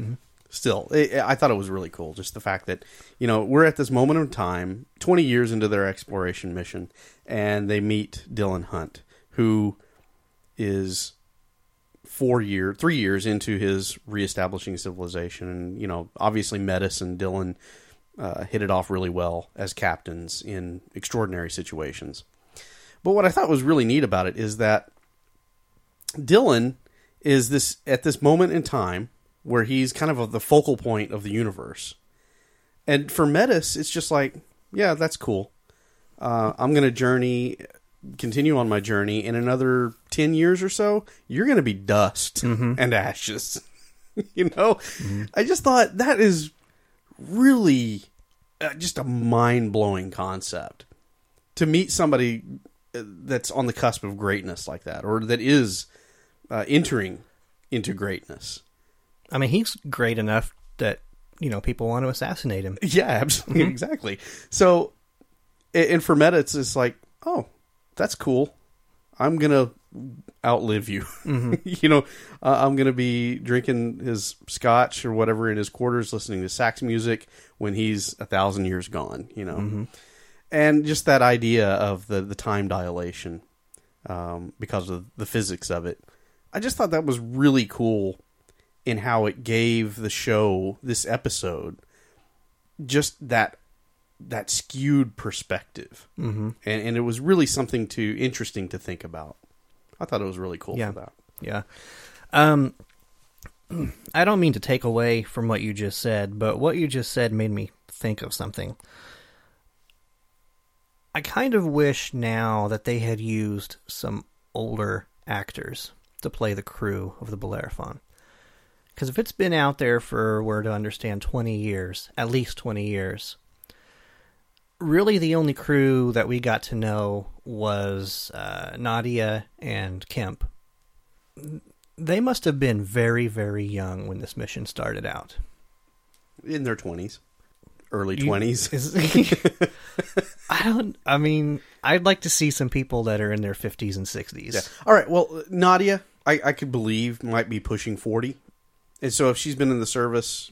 Speaker 2: Still, it, it- I thought it was really cool. Just the fact that you know we're at this moment in time, twenty years into their exploration mission, and they meet Dylan Hunt, who is four year, three years into his reestablishing civilization, and you know, obviously, Metis and Dylan uh, hit it off really well as captains in extraordinary situations. But what I thought was really neat about it is that Dylan is this at this moment in time where he's kind of the focal point of the universe. And for Metis, it's just like, yeah, that's cool. Uh, I'm going to journey, continue on my journey. In another 10 years or so, you're going to be dust and ashes. you know? I just thought that is really uh, just a mind blowing concept to meet somebody uh, that's on the cusp of greatness like that or that is uh, entering into greatness.
Speaker 3: I mean, he's great enough that, you know, people want to assassinate him.
Speaker 2: Yeah, absolutely, exactly. So, a- and for Meta, it's just like, oh, that's cool. I'm gonna outlive you. you know, uh, I'm gonna be drinking his scotch or whatever in his quarters, listening to sax music when he's a thousand years gone. You know, and just that idea of the the time dilation um, because of the physics of it. I just thought that was really cool in how it gave the show this episode just that that skewed perspective, mm-hmm. and and it was really something to interesting to think about. I thought it was really cool
Speaker 3: Yeah.
Speaker 2: for that.
Speaker 3: Yeah. Um, I don't mean to take away from what you just said, but what you just said made me think of something. I kind of wish now that they had used some older actors to play the crew of the Bellerophon. Because if it's been out there for, we're to understand, 20 years, at least 20 years, really the only crew that we got to know was uh, Nadia and Kemp they must have been very, very young when this mission started out.
Speaker 2: in their twenties, early
Speaker 3: You-
Speaker 2: twenties.
Speaker 3: Is- I don't. I mean, I'd like to see some people that are in their fifties and sixties.
Speaker 2: Yeah. All right. Well, Nadia, I, I could believe might be pushing forty, and so if she's been in the service,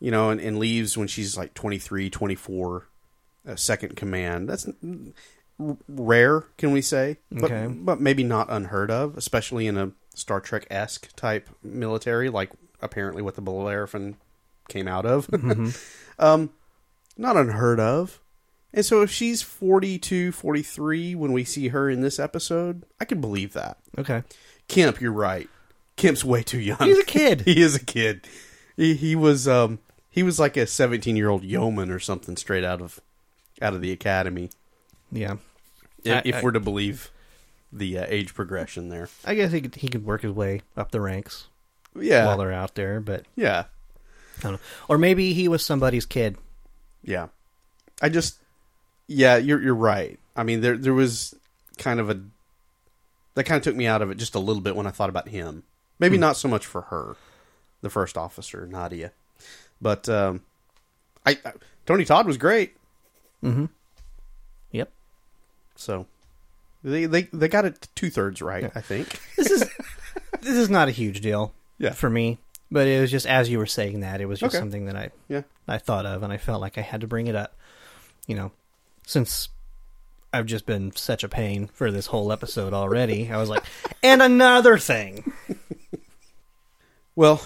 Speaker 2: you know, and, and leaves when she's like 23, 24, uh, second command. That's mm, r- rare, can we say? But,
Speaker 3: Okay.
Speaker 2: But maybe not unheard of, especially in a Star Trek esque type military, like apparently what the Bellerophon came out of.
Speaker 3: Mm-hmm.
Speaker 2: um, not unheard of. And so if she's 42, 43 when we see her in this episode, I could believe that.
Speaker 3: Okay.
Speaker 2: Kemp, you're right. Kemp's way too young.
Speaker 3: He's a kid.
Speaker 2: he is a kid. He, he was um he was like a 17 year old yeoman or something straight out of out of the academy.
Speaker 3: Yeah.
Speaker 2: If,
Speaker 3: I-
Speaker 2: if
Speaker 3: I-
Speaker 2: we're to believe the uh, age progression there.
Speaker 3: I guess he could he could work his way up the ranks
Speaker 2: Yeah.
Speaker 3: while they're out there, but
Speaker 2: yeah.
Speaker 3: I don't know. Or maybe he was somebody's kid.
Speaker 2: Yeah. I just yeah, you're you're right. I mean there there was kind of a that kind of took me out of it just a little bit when I thought about him. Maybe not so much for her, the first officer, Nadia. But um I, I Tony Todd was great.
Speaker 3: Yep.
Speaker 2: So they they they got it two thirds right, I think.
Speaker 3: This is this is not a huge deal.
Speaker 2: Yeah.
Speaker 3: For me, but it was just as you were saying that, it was just
Speaker 2: Okay.
Speaker 3: something that I
Speaker 2: Yeah.
Speaker 3: I thought of, and I felt like I had to bring it up. You know, since I've just been such a pain for this whole episode already, I was like, and another thing.
Speaker 2: Well,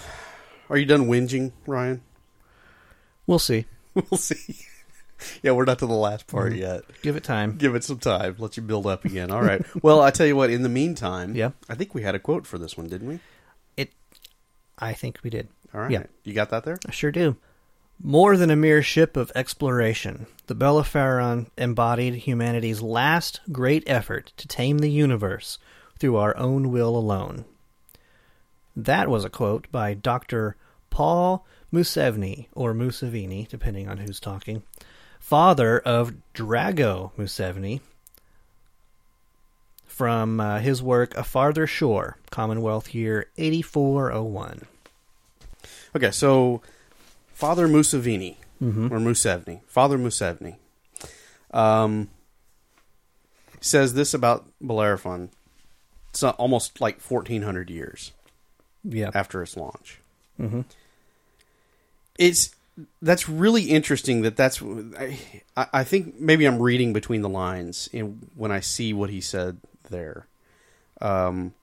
Speaker 2: are you done whinging, Ryan?
Speaker 3: We'll see.
Speaker 2: We'll see. yeah, we're not to the last part
Speaker 3: Mm-hmm.
Speaker 2: yet.
Speaker 3: Give it time.
Speaker 2: Give it some time. Let you build up again. All right. well, I tell you what. In the meantime,
Speaker 3: Yeah.
Speaker 2: I think we had a quote for this one, didn't we?
Speaker 3: It. I think we did.
Speaker 2: All right.
Speaker 3: Yeah.
Speaker 2: You got that there?
Speaker 3: I sure do. More than a mere ship of exploration, the Bellafaron embodied humanity's last great effort to tame the universe through our own will alone. That was a quote by Dr. Paul Museveni, or Museveni, depending on who's talking, father of Drago Museveni, from uh, his work A Farther Shore, Commonwealth Year 8401.
Speaker 2: Okay. So, Father Museveni
Speaker 3: Mm-hmm.
Speaker 2: or Museveni, Father Museveni, um, says this about Bellerophon. It's uh, almost like fourteen hundred years.
Speaker 3: Yeah.
Speaker 2: after its launch. It's that's really interesting. That that's I, I think maybe I'm reading between the lines in when I see what he said there. Um,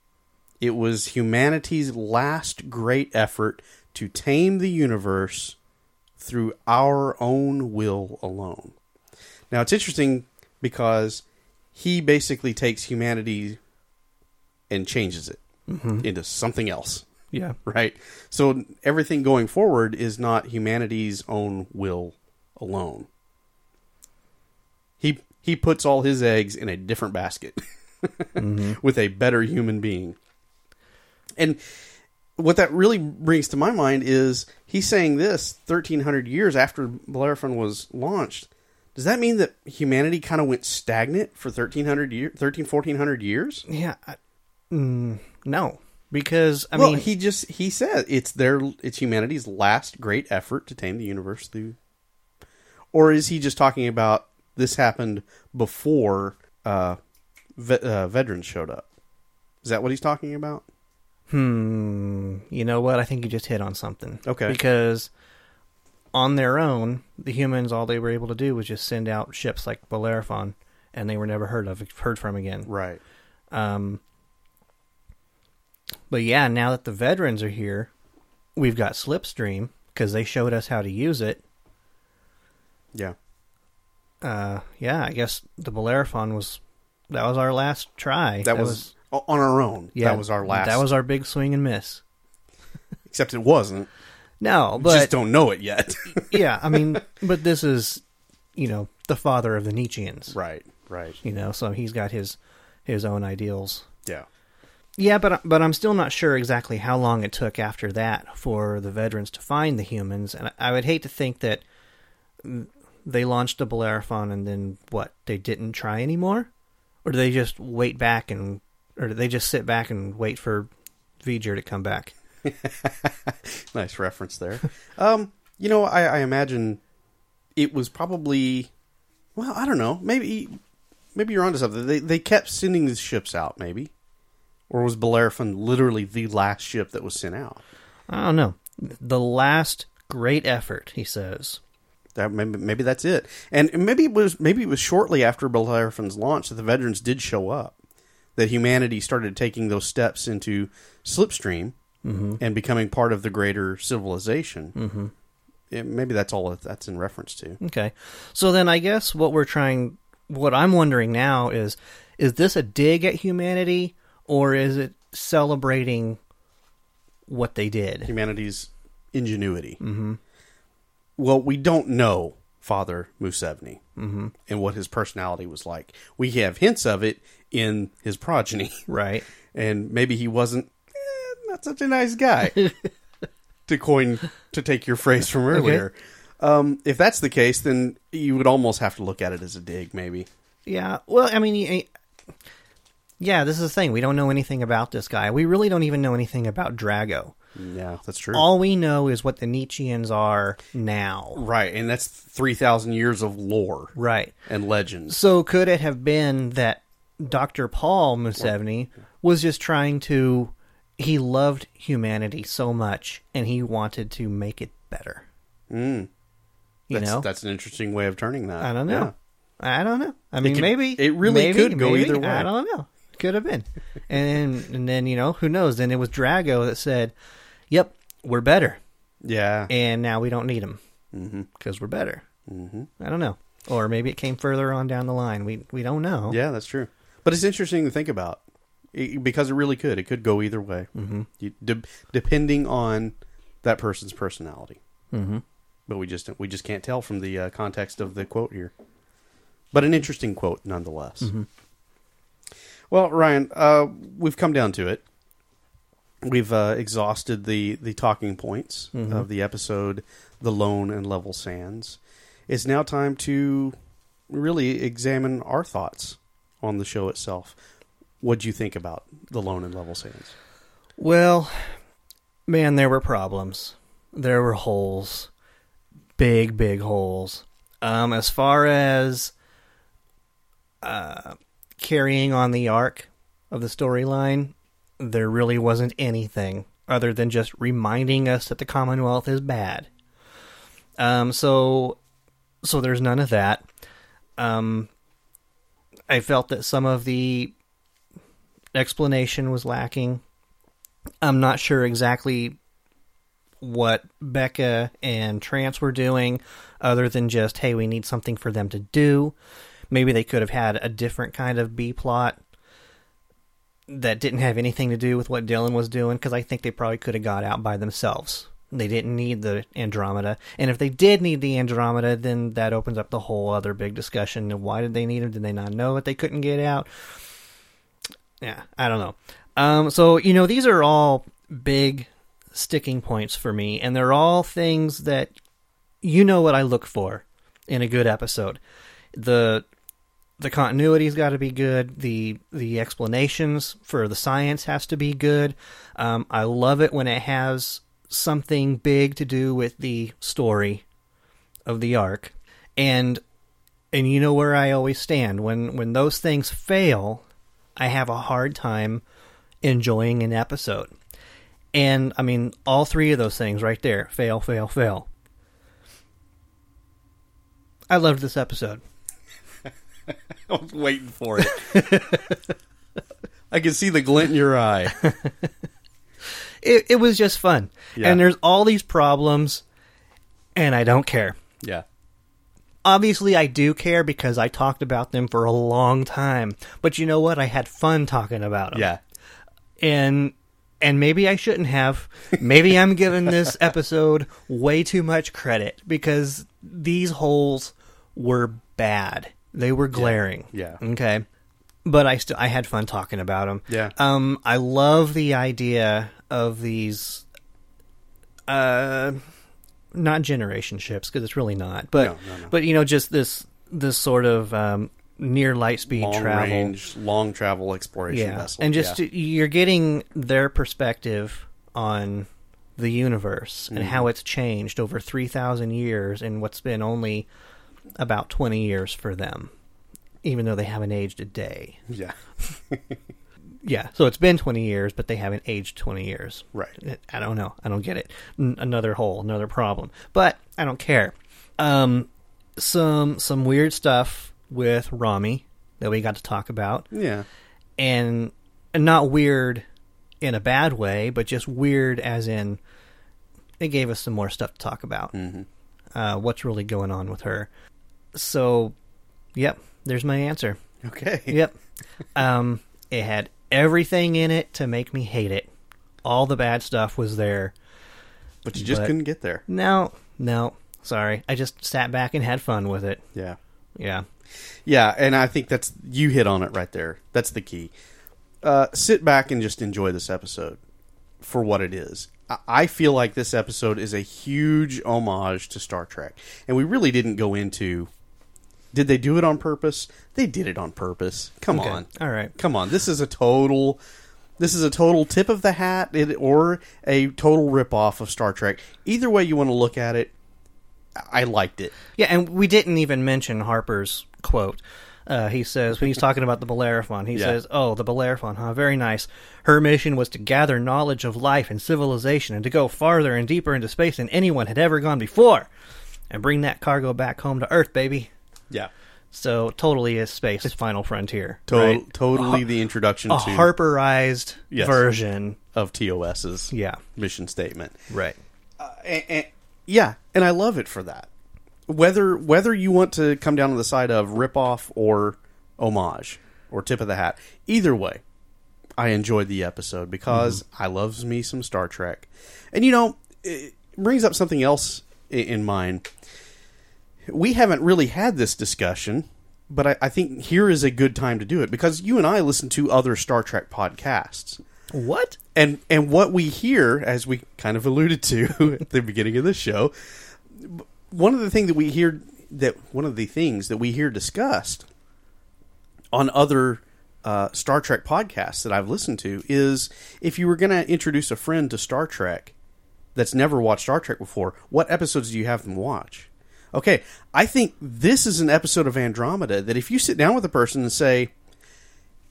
Speaker 2: it was humanity's last great effort to tame the universe through our own will alone. Now it's interesting because he basically takes humanity and changes it into something else
Speaker 3: Yeah.
Speaker 2: right? So everything going forward is not humanity's own will alone. He he puts all his eggs in a different basket with a better human being. And what that really brings to my mind is he's saying this 1300 years after Bellerophon was launched. Does that mean that humanity kind of went stagnant for 1300 year, 13 1400 years?
Speaker 3: Yeah. I, mm, no, because I
Speaker 2: well,
Speaker 3: mean,
Speaker 2: he just he said it's their it's humanity's last great effort to tame the universe through. Or is he just talking about this happened before uh, ve- uh veterans showed up? Is that what he's talking about?
Speaker 3: hmm, you know what? I think you just hit on something.
Speaker 2: Okay.
Speaker 3: Because on their own, the humans all they were able to do was just send out ships like Bellerophon, and they were never heard of, heard from again.
Speaker 2: Right.
Speaker 3: Um, But yeah, now that the veterans are here, we've got Slipstream because they showed us how to use it.
Speaker 2: Yeah.
Speaker 3: Uh, yeah, I guess the Bellerophon was that was our last try.
Speaker 2: That, was, o- on our own.
Speaker 3: yeah,
Speaker 2: that was our last.
Speaker 3: That was our big swing and miss.
Speaker 2: except it wasn't.
Speaker 3: No,
Speaker 2: We just
Speaker 3: but
Speaker 2: don't know it yet.
Speaker 3: yeah, I mean, but this is you know the father of the Nietzscheans,
Speaker 2: right. Right.
Speaker 3: you know, so he's got his his own ideals.
Speaker 2: Yeah.
Speaker 3: Yeah, but but I'm still not sure exactly how long it took after that for the veterans to find the humans, and I would hate to think that they launched the Bellerophon and then what? They didn't try anymore, or do they just wait back and, or do they just sit back and wait for V'ger to come back?
Speaker 2: Nice reference there. um, you know, I, I imagine it was probably well, I don't know. Maybe maybe you're onto something. They they kept sending these ships out, maybe. Or was Bellerophon literally the last ship that was sent out?
Speaker 3: I don't know. The last great effort, he says.
Speaker 2: That maybe, maybe that's it. And maybe it was maybe it was shortly after Bellerophon's launch that the veterans did show up. That humanity started taking those steps into slipstream and becoming part of the greater civilization. Mm-hmm. maybe that's all that that's in reference to.
Speaker 3: Okay, so then I guess what we're trying, what I'm wondering now is, is this a dig at humanity or is it celebrating what they did?
Speaker 2: humanity's ingenuity. Mm-hmm. Well, we don't know Father Museveni and what his personality was like. We have hints of it in his progeny,
Speaker 3: Right.
Speaker 2: and maybe he wasn't eh, not such a nice guy. to coin to take your phrase from earlier, um, if that's the case, then you would almost have to look at it as a dig, maybe.
Speaker 3: Yeah. Well, I mean, y- yeah, this is the thing. We don't know anything about this guy. We really don't even know anything about Drago.
Speaker 2: Yeah, that's true.
Speaker 3: All we know is what the Nietzscheans are now.
Speaker 2: right, and that's three thousand years of lore
Speaker 3: Right.
Speaker 2: and legends.
Speaker 3: So could it have been that Dr. Paul Museveni was just trying to he loved humanity so much and he wanted to make it better. Mm. You
Speaker 2: That's,
Speaker 3: know?
Speaker 2: that's an interesting way of turning that.
Speaker 3: I don't
Speaker 2: Yeah.
Speaker 3: know. I don't know. I mean
Speaker 2: could-
Speaker 3: maybe
Speaker 2: it really
Speaker 3: maybe-
Speaker 2: could go
Speaker 3: maybe,
Speaker 2: either way.
Speaker 3: I don't know. Could have been. And then and then, you know, who knows? Then it was Drago that said, "Yep, we're better."
Speaker 2: Yeah.
Speaker 3: And now we don't need them because we're better. Mm-hmm. I don't know. Or maybe it came further on down the line. We we don't know.
Speaker 2: Yeah, that's true. But it's interesting to think about it, because it really could. It could go either way, mm-hmm. you, de- depending on that person's personality. Mm-hmm. But we just we just can't tell from the uh, context of the quote here. But an interesting quote nonetheless. Well, Ryan, uh, we've come down to it. We've uh, exhausted the the talking points
Speaker 3: Mm-hmm.
Speaker 2: of the episode, the lone and level sands. It's now time to really examine our thoughts on the show itself. What do you think about the lone and level sands?
Speaker 3: Well, man, there were problems. There were holes. Big, big holes. Um, as far as uh, carrying on the arc of the storyline, there really wasn't anything other than just reminding us that the Commonwealth is bad. Um, so, so there's none of that. Um, I felt that some of the explanation was lacking. I'm not sure exactly what Becca and Trance were doing, other than just, hey, we need something for them to do. Maybe they could have had a different kind of B plot that didn't have anything to do with what Dylan was doing, because I think they probably could have got out by themselves. They didn't need the Andromeda. And if they did need the Andromeda, then that opens up the whole other big discussion. And Why did they need him? Did they not know that they couldn't get out? yeah, I don't know. Um, so you know, these are all big sticking points for me, and they're all things that you know what I look for in a good episode. the The continuity's got to be good. the The explanations for the science has to be good. Um, I love it when it has something big to do with the story of the arc, and and you know where I always stand when when those things fail. I have a hard time enjoying an episode. And I mean, all three of those things right there fail, fail, fail. I loved this episode.
Speaker 2: I was waiting for it. I can see the glint in your eye.
Speaker 3: it, it was just fun.
Speaker 2: Yeah.
Speaker 3: And there's all these problems, and I don't care.
Speaker 2: Yeah.
Speaker 3: Obviously, I do care because I talked about them for a long time. But you know what? I had fun talking about them.
Speaker 2: Yeah.
Speaker 3: and and maybe I shouldn't have. Maybe I'm giving this episode way too much credit because these holes were bad. They were glaring.
Speaker 2: Yeah.
Speaker 3: Okay. But I still I had fun talking about them.
Speaker 2: Yeah.
Speaker 3: Um I love the idea of these uh not generation ships because it's really not. But
Speaker 2: No, no, no.
Speaker 3: but you know just this this sort of um near light speed
Speaker 2: Long
Speaker 3: travel
Speaker 2: range, long travel exploration vessel.
Speaker 3: and just
Speaker 2: yeah.
Speaker 3: to- you're getting their perspective on the universe and how
Speaker 2: Mm-hmm.
Speaker 3: it's changed over 3,000 years in what's been only about 20 years for them, even though they haven't aged a day.
Speaker 2: yeah.
Speaker 3: Yeah, so it's been 20 years, but they haven't aged 20 years. Eh,
Speaker 2: Right.
Speaker 3: I don't know. I don't get it. N- another hole, another problem. But I don't care. Um, some some weird stuff with Rami that we got to talk about
Speaker 2: Yeah.
Speaker 3: and and not weird in a bad way, but just weird as in they gave us some more stuff to talk about. Mm-hmm. Uh, what's really going on with her? So, yep, there's my answer.
Speaker 2: Okay.
Speaker 3: Yep, um, it had everything in it to make me hate it. All the bad stuff was there.
Speaker 2: But you just
Speaker 3: But-
Speaker 2: couldn't get there.
Speaker 3: No, no, sorry. I just sat back and had fun with it.
Speaker 2: Yeah.
Speaker 3: Yeah,
Speaker 2: Yeah, and I think that's you hit on it right there. That's the key. Uh, sit back and just enjoy this episode for what it is. I- I feel like this episode is a huge homage to Star Trek, and we really didn't go into. Did they do it on purpose? They did it on purpose. Come
Speaker 3: Okay.
Speaker 2: on,
Speaker 3: All right.
Speaker 2: come on. This is a total. This is a total tip of the hat, it, or a total rip off of Star Trek. Either way you want to look at it, I I liked it.
Speaker 3: Yeah, and we didn't even mention Harper's quote. Uh, he says when he's talking about the Bellerophon, he
Speaker 2: Yeah.
Speaker 3: says, "Oh, the Bellerophon, huh? Very nice. Her mission was to gather knowledge of life and civilization, and to go farther and deeper into space than anyone had ever gone before, and bring that cargo back home to Earth, baby."
Speaker 2: Yeah,
Speaker 3: So totally is space his final frontier.
Speaker 2: to-
Speaker 3: right?
Speaker 2: totally the introduction
Speaker 3: a
Speaker 2: to
Speaker 3: Harperized
Speaker 2: Yes.
Speaker 3: version.
Speaker 2: of TOS's
Speaker 3: Yeah.
Speaker 2: mission statement.
Speaker 3: Right.
Speaker 2: Uh, And, yeah, and I love it for that. Whether whether you want to come down to the side of ripoff or homage or tip of the hat, either way, I enjoyed the episode because I loves me some Star Trek, and you know, it brings up something else i- in mind. We haven't really had this discussion, but I, I think here is a good time to do it because you and I listen to other Star Trek podcasts
Speaker 3: What?
Speaker 2: and and what we hear as we kind of alluded to at the beginning of this show b- one of the thing that we hear that one of the things that we hear discussed on other uh, Star Trek podcasts that I've listened to is if you were going to introduce a friend to Star Trek that's never watched Star Trek before, what episodes do you have them watch? Okay, I think this is an episode of Andromeda that if you sit down with a person and say,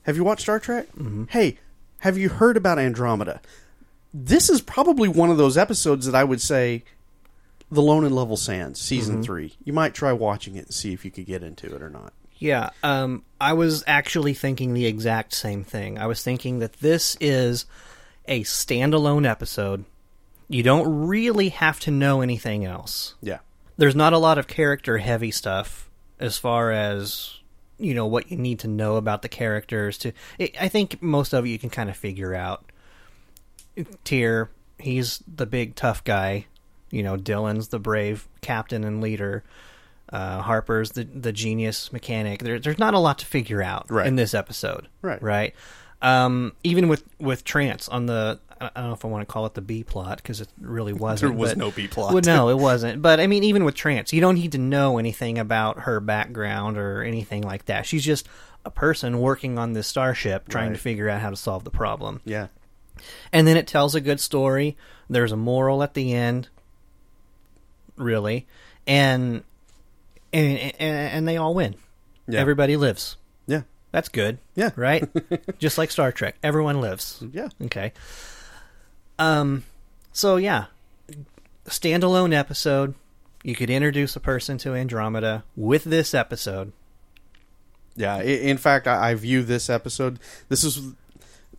Speaker 2: have you watched Star Trek? Hey, have you heard about Andromeda? This is probably one of those episodes that I would say The Lone and Level Sands, season three. You might try watching it and see if you could get into it or not.
Speaker 3: Yeah, um, I was actually thinking the exact same thing. I was thinking that this is a standalone episode. You don't really have to know anything else.
Speaker 2: Yeah.
Speaker 3: There's not a lot of character heavy stuff as far as you know what you need to know about the characters. To it, I think most of it you can kind of figure out. Tyr, he's the big tough guy. You know, Dylan's the brave captain and leader. Uh, Harper's the the genius mechanic. There, there's not a lot to figure out
Speaker 2: Right.
Speaker 3: in this episode.
Speaker 2: Right.
Speaker 3: Right. Um, even with with Trance on the, I I don't know if I want to call it the B plot because it really wasn't.
Speaker 2: was
Speaker 3: but-
Speaker 2: no B plot.
Speaker 3: Well, no, it wasn't. But I mean, even with Trance, you don't need to know anything about her background or anything like that. She's just a person working on this starship trying to
Speaker 2: Right.
Speaker 3: figure out how to solve the problem
Speaker 2: Yeah.
Speaker 3: and then it tells a good story. There's a moral at the end, really, and and and, and they all win.
Speaker 2: Yeah.
Speaker 3: Everybody lives.
Speaker 2: Yeah.
Speaker 3: That's good.
Speaker 2: Yeah.
Speaker 3: Right. Just like Star Trek, everyone lives.
Speaker 2: Yeah.
Speaker 3: Okay. Um. So yeah, standalone episode. You could introduce a person to Andromeda with this episode.
Speaker 2: Yeah. I- In fact, I I view this episode. This is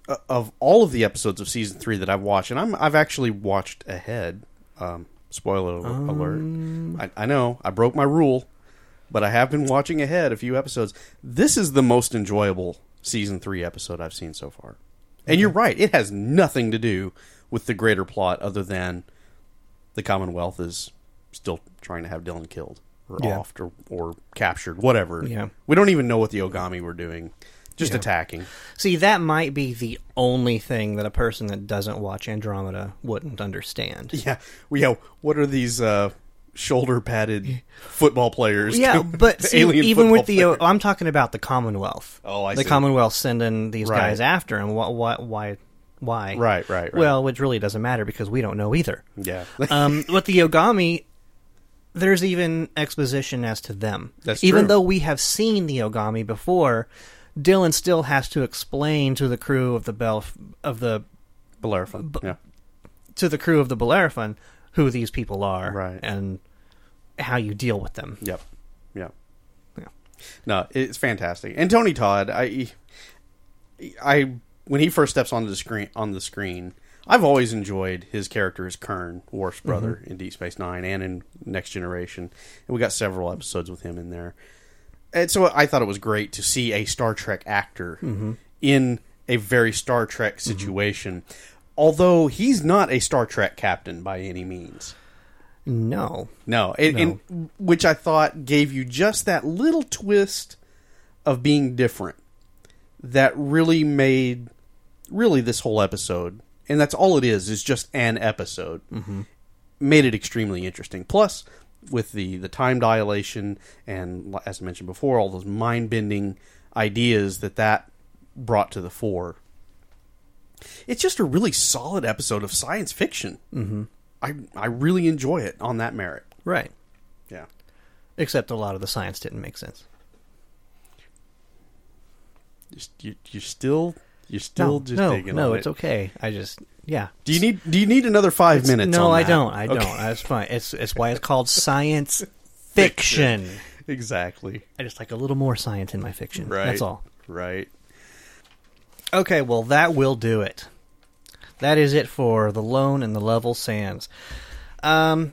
Speaker 2: uh, of all of the episodes of season three that I've watched, and I'm I've actually watched ahead. Um, spoiler alert! I, I know I broke my rule, but I have been watching ahead a few episodes. This is the most enjoyable season three episode I've seen so far, and you're right; it has nothing to do with the greater plot other than the Commonwealth is still trying to have Dylan killed or
Speaker 3: Yeah.
Speaker 2: offed or, or captured, whatever.
Speaker 3: Yeah.
Speaker 2: we don't even know what the Ogami were doing, just
Speaker 3: Yeah.
Speaker 2: attacking.
Speaker 3: See, that might be the only thing that a person that doesn't watch Andromeda wouldn't understand.
Speaker 2: Yeah, well, yeah. What are these uh, shoulder padded football players?
Speaker 3: Yeah,
Speaker 2: doing?
Speaker 3: but see, even
Speaker 2: football
Speaker 3: with the
Speaker 2: players.
Speaker 3: I'm talking about the Commonwealth.
Speaker 2: Oh, I
Speaker 3: the
Speaker 2: see.
Speaker 3: Commonwealth sending these
Speaker 2: Right.
Speaker 3: guys after him. Why? Why? Why? why?
Speaker 2: Right, right, right.
Speaker 3: Well, which really doesn't matter because we don't know either.
Speaker 2: yeah,
Speaker 3: um, with the Ogami, there's even exposition as to them.
Speaker 2: That's
Speaker 3: even
Speaker 2: true.
Speaker 3: though we have seen the Ogami before, Dylan still has to explain to the crew of the Bell of the
Speaker 2: Bellerophon. yeah,
Speaker 3: to the crew of the Bellerophon who these people are
Speaker 2: Right.
Speaker 3: and how you deal with them.
Speaker 2: yep, yep.
Speaker 3: Yeah.
Speaker 2: No, it's fantastic. And Tony Todd, I, I when he first steps onto the screen on the screen, I've always enjoyed his character as Kern, Worf's brother in Deep Space Nine and in Next Generation, and we got several episodes with him in there. And so I thought it was great to see a Star Trek actor in a very Star Trek situation. Although he's not a Star Trek captain by any means.
Speaker 3: No,
Speaker 2: No, and, and which I thought gave you just that little twist of being different that really made really this whole episode, and that's all it is is just an episode, made it extremely interesting. Plus, with the the time dilation and li- as I mentioned before, all those mind bending ideas that that brought to the fore. It's just a really solid episode of science fiction. Mm-hmm. I I really enjoy it on that merit.
Speaker 3: right.
Speaker 2: Yeah.
Speaker 3: Except a lot of the science didn't make sense.
Speaker 2: Just, you, you're still you're still
Speaker 3: no,
Speaker 2: just
Speaker 3: no,
Speaker 2: digging
Speaker 3: no,
Speaker 2: on
Speaker 3: it's
Speaker 2: it.
Speaker 3: okay. I just yeah.
Speaker 2: Do you need do you need another five minutes?
Speaker 3: no,
Speaker 2: on
Speaker 3: I
Speaker 2: that?
Speaker 3: don't. I
Speaker 2: Okay.
Speaker 3: don't. That's fine. It's it's why it's called science fiction.
Speaker 2: Exactly.
Speaker 3: I just like a little more science in my fiction.
Speaker 2: Right.
Speaker 3: That's all.
Speaker 2: Right.
Speaker 3: Okay, well, that will do it. That is it for The Lone and the Level Sands. Um,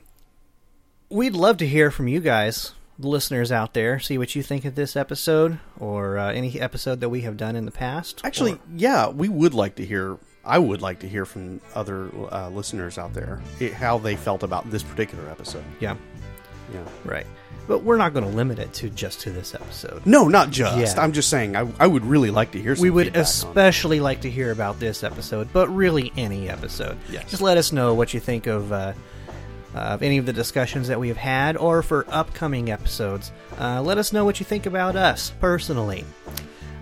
Speaker 3: we'd love to hear from you guys, the listeners out there, see what you think of this episode or uh, any episode that we have done in the past.
Speaker 2: Actually,
Speaker 3: Or-
Speaker 2: yeah, we would like to hear. I would like to hear from other uh, listeners out there i- how they felt about this particular episode.
Speaker 3: yeah,
Speaker 2: Yeah.
Speaker 3: right. But we're not going to limit it to just to this episode.
Speaker 2: No, not just.
Speaker 3: Yeah.
Speaker 2: I'm just saying. I, I would really like to hear. Some
Speaker 3: we would
Speaker 2: feedback on-
Speaker 3: especially like to hear about this episode, but really any episode.
Speaker 2: Yes.
Speaker 3: Just let us know what you think of uh, uh, of any of the discussions that we have had, or for upcoming episodes. Uh, let us know what you think about us personally.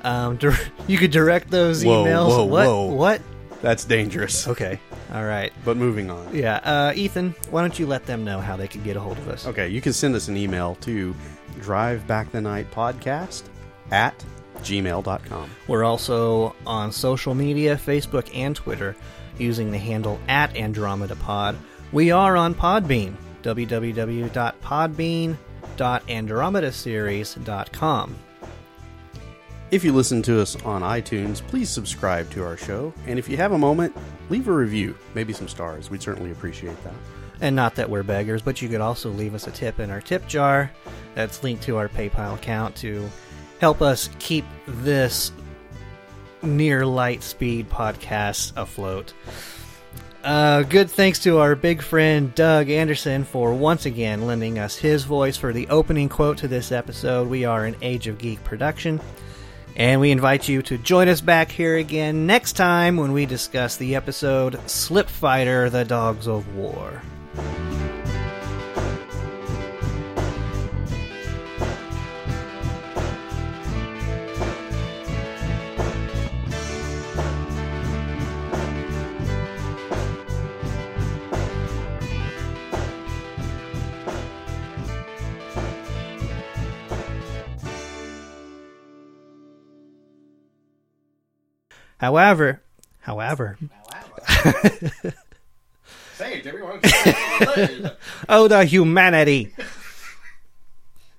Speaker 3: Um, dir- you could direct those
Speaker 2: Whoa,
Speaker 3: emails.
Speaker 2: whoa,
Speaker 3: what?
Speaker 2: whoa.
Speaker 3: What?
Speaker 2: That's dangerous.
Speaker 3: Okay. All right.
Speaker 2: But moving on.
Speaker 3: Yeah, uh, Ethan, why don't you let them know how they can get a hold of us?
Speaker 2: Okay, you can send us an email to drivebackthenight at gmail.com.
Speaker 3: We're also on social media, Facebook and Twitter, using the handle at AndromedaPod. We are on Podbean, www.podbean.andromedaseries.com.
Speaker 2: If you listen to us on iTunes, please subscribe to our show. And if you have a moment, leave a review, maybe some stars. We'd certainly appreciate that.
Speaker 3: And not that we're beggars, but you could also leave us a tip in our tip jar that's linked to our PayPal account to help us keep this near light speed podcast afloat. Uh, good thanks to our big friend Doug Anderson for once again lending us his voice for the opening quote to this episode. We are an Age of Geek production. And we invite you to join us back here again next time when we discuss the episode Slip Fighter The Dogs of War. However, however,
Speaker 4: Saved everyone. Saved.
Speaker 3: oh, the humanity!